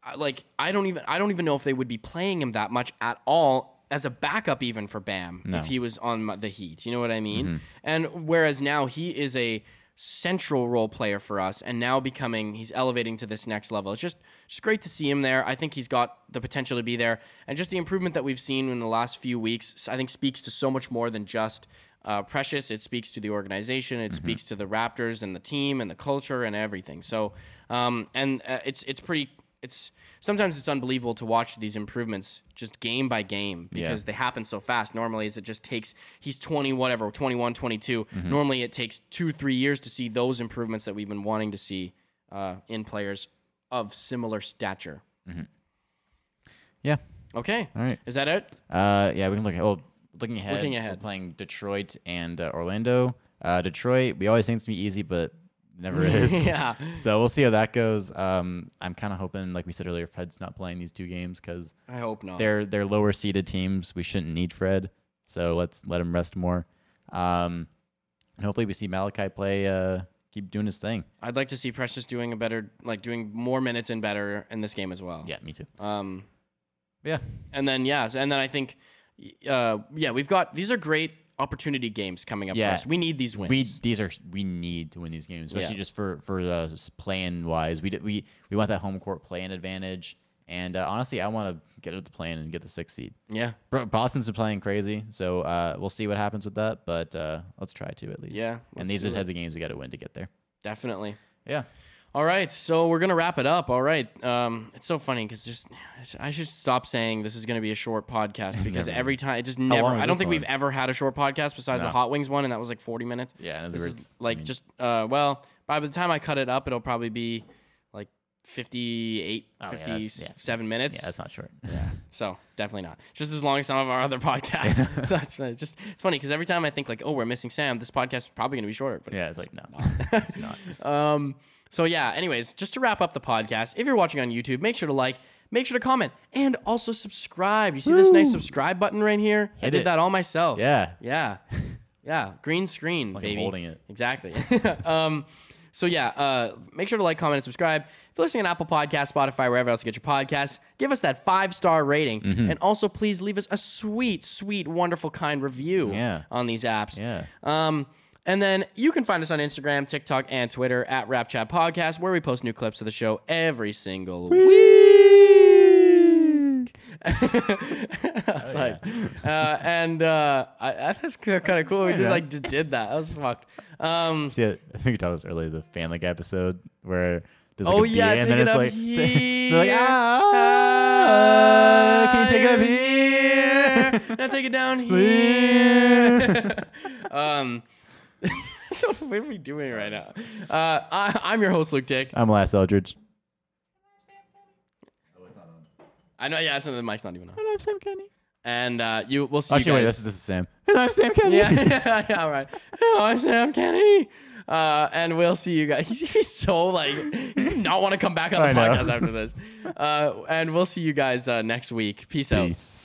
[SPEAKER 1] I- like I don't even I don't even know if they would be playing him that much at all as a backup even for Bam if he was on m- the Heat. You know what I mean? And whereas now he is a central role player for us and now becoming he's elevating to this next level. It's just just great to see him there. I think he's got the potential to be there and just the improvement that we've seen in the last few weeks s- I think speaks to so much more than just uh, Precious, it speaks to the organization. It speaks to the Raptors and the team and the culture and everything. So, um, and uh, it's it's pretty it's sometimes it's unbelievable to watch these improvements just game by game because they happen so fast normally is it just takes he's 20 whatever 21 22
[SPEAKER 2] Mm-hmm.
[SPEAKER 1] normally it takes two three years to see those improvements that we've been wanting to see uh, in players of similar stature
[SPEAKER 2] Yeah.
[SPEAKER 1] okay
[SPEAKER 2] All right.
[SPEAKER 1] is that it
[SPEAKER 2] Uh, yeah, we can look ahead. Well, looking ahead,
[SPEAKER 1] Looking
[SPEAKER 2] we're
[SPEAKER 1] ahead.
[SPEAKER 2] playing Detroit and uh, Orlando. Uh, Detroit, we always think it's gonna be easy, but it never is.
[SPEAKER 1] yeah
[SPEAKER 2] So we'll see how that goes. Um, I'm kind of hoping, like we said earlier, Fred's not playing these two games because
[SPEAKER 1] i hope not
[SPEAKER 2] they're they're lower seeded teams. We shouldn't need Fred, so let's let him rest more. Um, and hopefully we see Malachi play. Uh, keep doing his thing.
[SPEAKER 1] i'd like to see precious doing a better like doing more minutes and better in this game as well
[SPEAKER 2] Yeah, me too.
[SPEAKER 1] um
[SPEAKER 2] Yeah,
[SPEAKER 1] and then yes, and then I think, uh, yeah, we've got these are great opportunity games coming up
[SPEAKER 2] Yeah.
[SPEAKER 1] for us. We need these wins.
[SPEAKER 2] we these are we need to win these games, especially just for for uh, plan wise. We d- we we want that home court plan advantage, And uh, honestly, I want to get out of the plane and get the sixth seed.
[SPEAKER 1] Yeah.
[SPEAKER 2] Bro, Boston's been playing crazy, so uh, we'll see what happens with that. But uh, let's try to at least.
[SPEAKER 1] Yeah, let's
[SPEAKER 2] And these are
[SPEAKER 1] do
[SPEAKER 2] the type of games we got to win to get there.
[SPEAKER 1] Definitely.
[SPEAKER 2] Yeah.
[SPEAKER 1] All right, so we're gonna wrap it up. All right, um, it's so funny because just I should stop saying this is gonna be a short podcast because
[SPEAKER 2] Never
[SPEAKER 1] every time it just never.
[SPEAKER 2] long is
[SPEAKER 1] I don't
[SPEAKER 2] this
[SPEAKER 1] think we've
[SPEAKER 2] one?
[SPEAKER 1] ever had a short podcast besides the
[SPEAKER 2] No.
[SPEAKER 1] Hot Wings one, and that was like forty minutes.
[SPEAKER 2] Yeah.
[SPEAKER 1] This is like just uh, well, by the time I cut it up, it'll probably be like 58,
[SPEAKER 2] Oh, yeah, that's-
[SPEAKER 1] 57 minutes.
[SPEAKER 2] Yeah, that's not short.
[SPEAKER 1] So definitely not. Just as long as some of our other podcasts. So it's it's just it's funny because every time I think like, oh, we're missing Sam, this podcast is probably gonna be shorter. But
[SPEAKER 2] yeah, it's like no,
[SPEAKER 1] it's
[SPEAKER 2] it's not.
[SPEAKER 1] um, so yeah, anyways, just to wrap up the podcast, if you're watching on YouTube, make sure to like, make sure to comment, and also subscribe. You see this nice subscribe button right here? I
[SPEAKER 2] Hit
[SPEAKER 1] did
[SPEAKER 2] it.
[SPEAKER 1] that all myself.
[SPEAKER 2] Yeah.
[SPEAKER 1] Yeah. Yeah. Green screen,
[SPEAKER 2] I'm
[SPEAKER 1] baby.
[SPEAKER 2] holding it.
[SPEAKER 1] Exactly. um, so yeah, uh, make sure to like, comment, and subscribe. If you're listening on Apple Podcasts, Spotify, wherever else you get your podcasts, give us that five star rating,
[SPEAKER 2] Mm-hmm.
[SPEAKER 1] and also please leave us a sweet, sweet, wonderful, kind review
[SPEAKER 2] Yeah.
[SPEAKER 1] on these apps.
[SPEAKER 2] Yeah.
[SPEAKER 1] Um, and then you can find us on Instagram, TikTok, and Twitter at Rap Chat Podcast, where we post new clips of the show every single week.
[SPEAKER 2] Oh,
[SPEAKER 1] I was like, uh, and uh, I, I- that's kind of cool. We just
[SPEAKER 2] man.
[SPEAKER 1] like just did that. I was fucked. Um,
[SPEAKER 2] See, I think we talked about this earlier, the Family Guy episode where there's like
[SPEAKER 1] oh
[SPEAKER 2] a
[SPEAKER 1] yeah,
[SPEAKER 2] beer
[SPEAKER 1] take
[SPEAKER 2] and then
[SPEAKER 1] it
[SPEAKER 2] it's
[SPEAKER 1] up
[SPEAKER 2] like
[SPEAKER 1] here.
[SPEAKER 2] they're like ah, can you take it up here?
[SPEAKER 1] Now take it down
[SPEAKER 2] Please.
[SPEAKER 1] here. um, so what are we doing right now? Uh, I, I'm your host, Luke Dick.
[SPEAKER 2] I'm Last Eldridge.
[SPEAKER 1] I know, yeah, it's the mic's not even on.
[SPEAKER 2] And I'm Sam Kenny.
[SPEAKER 1] And uh, you, we'll see
[SPEAKER 2] Actually,
[SPEAKER 1] you
[SPEAKER 2] wait,
[SPEAKER 1] guys.
[SPEAKER 2] this is, this is Sam. And I'm Sam Kenny.
[SPEAKER 1] yeah, yeah, yeah, all right. Hello, I'm Sam Kenny. Uh, and we'll see you guys. He's gonna be so like, he's gonna not want to come back on the
[SPEAKER 2] I know.
[SPEAKER 1] podcast after this. Uh, and we'll see you guys uh, next week. Peace out.
[SPEAKER 2] Peace.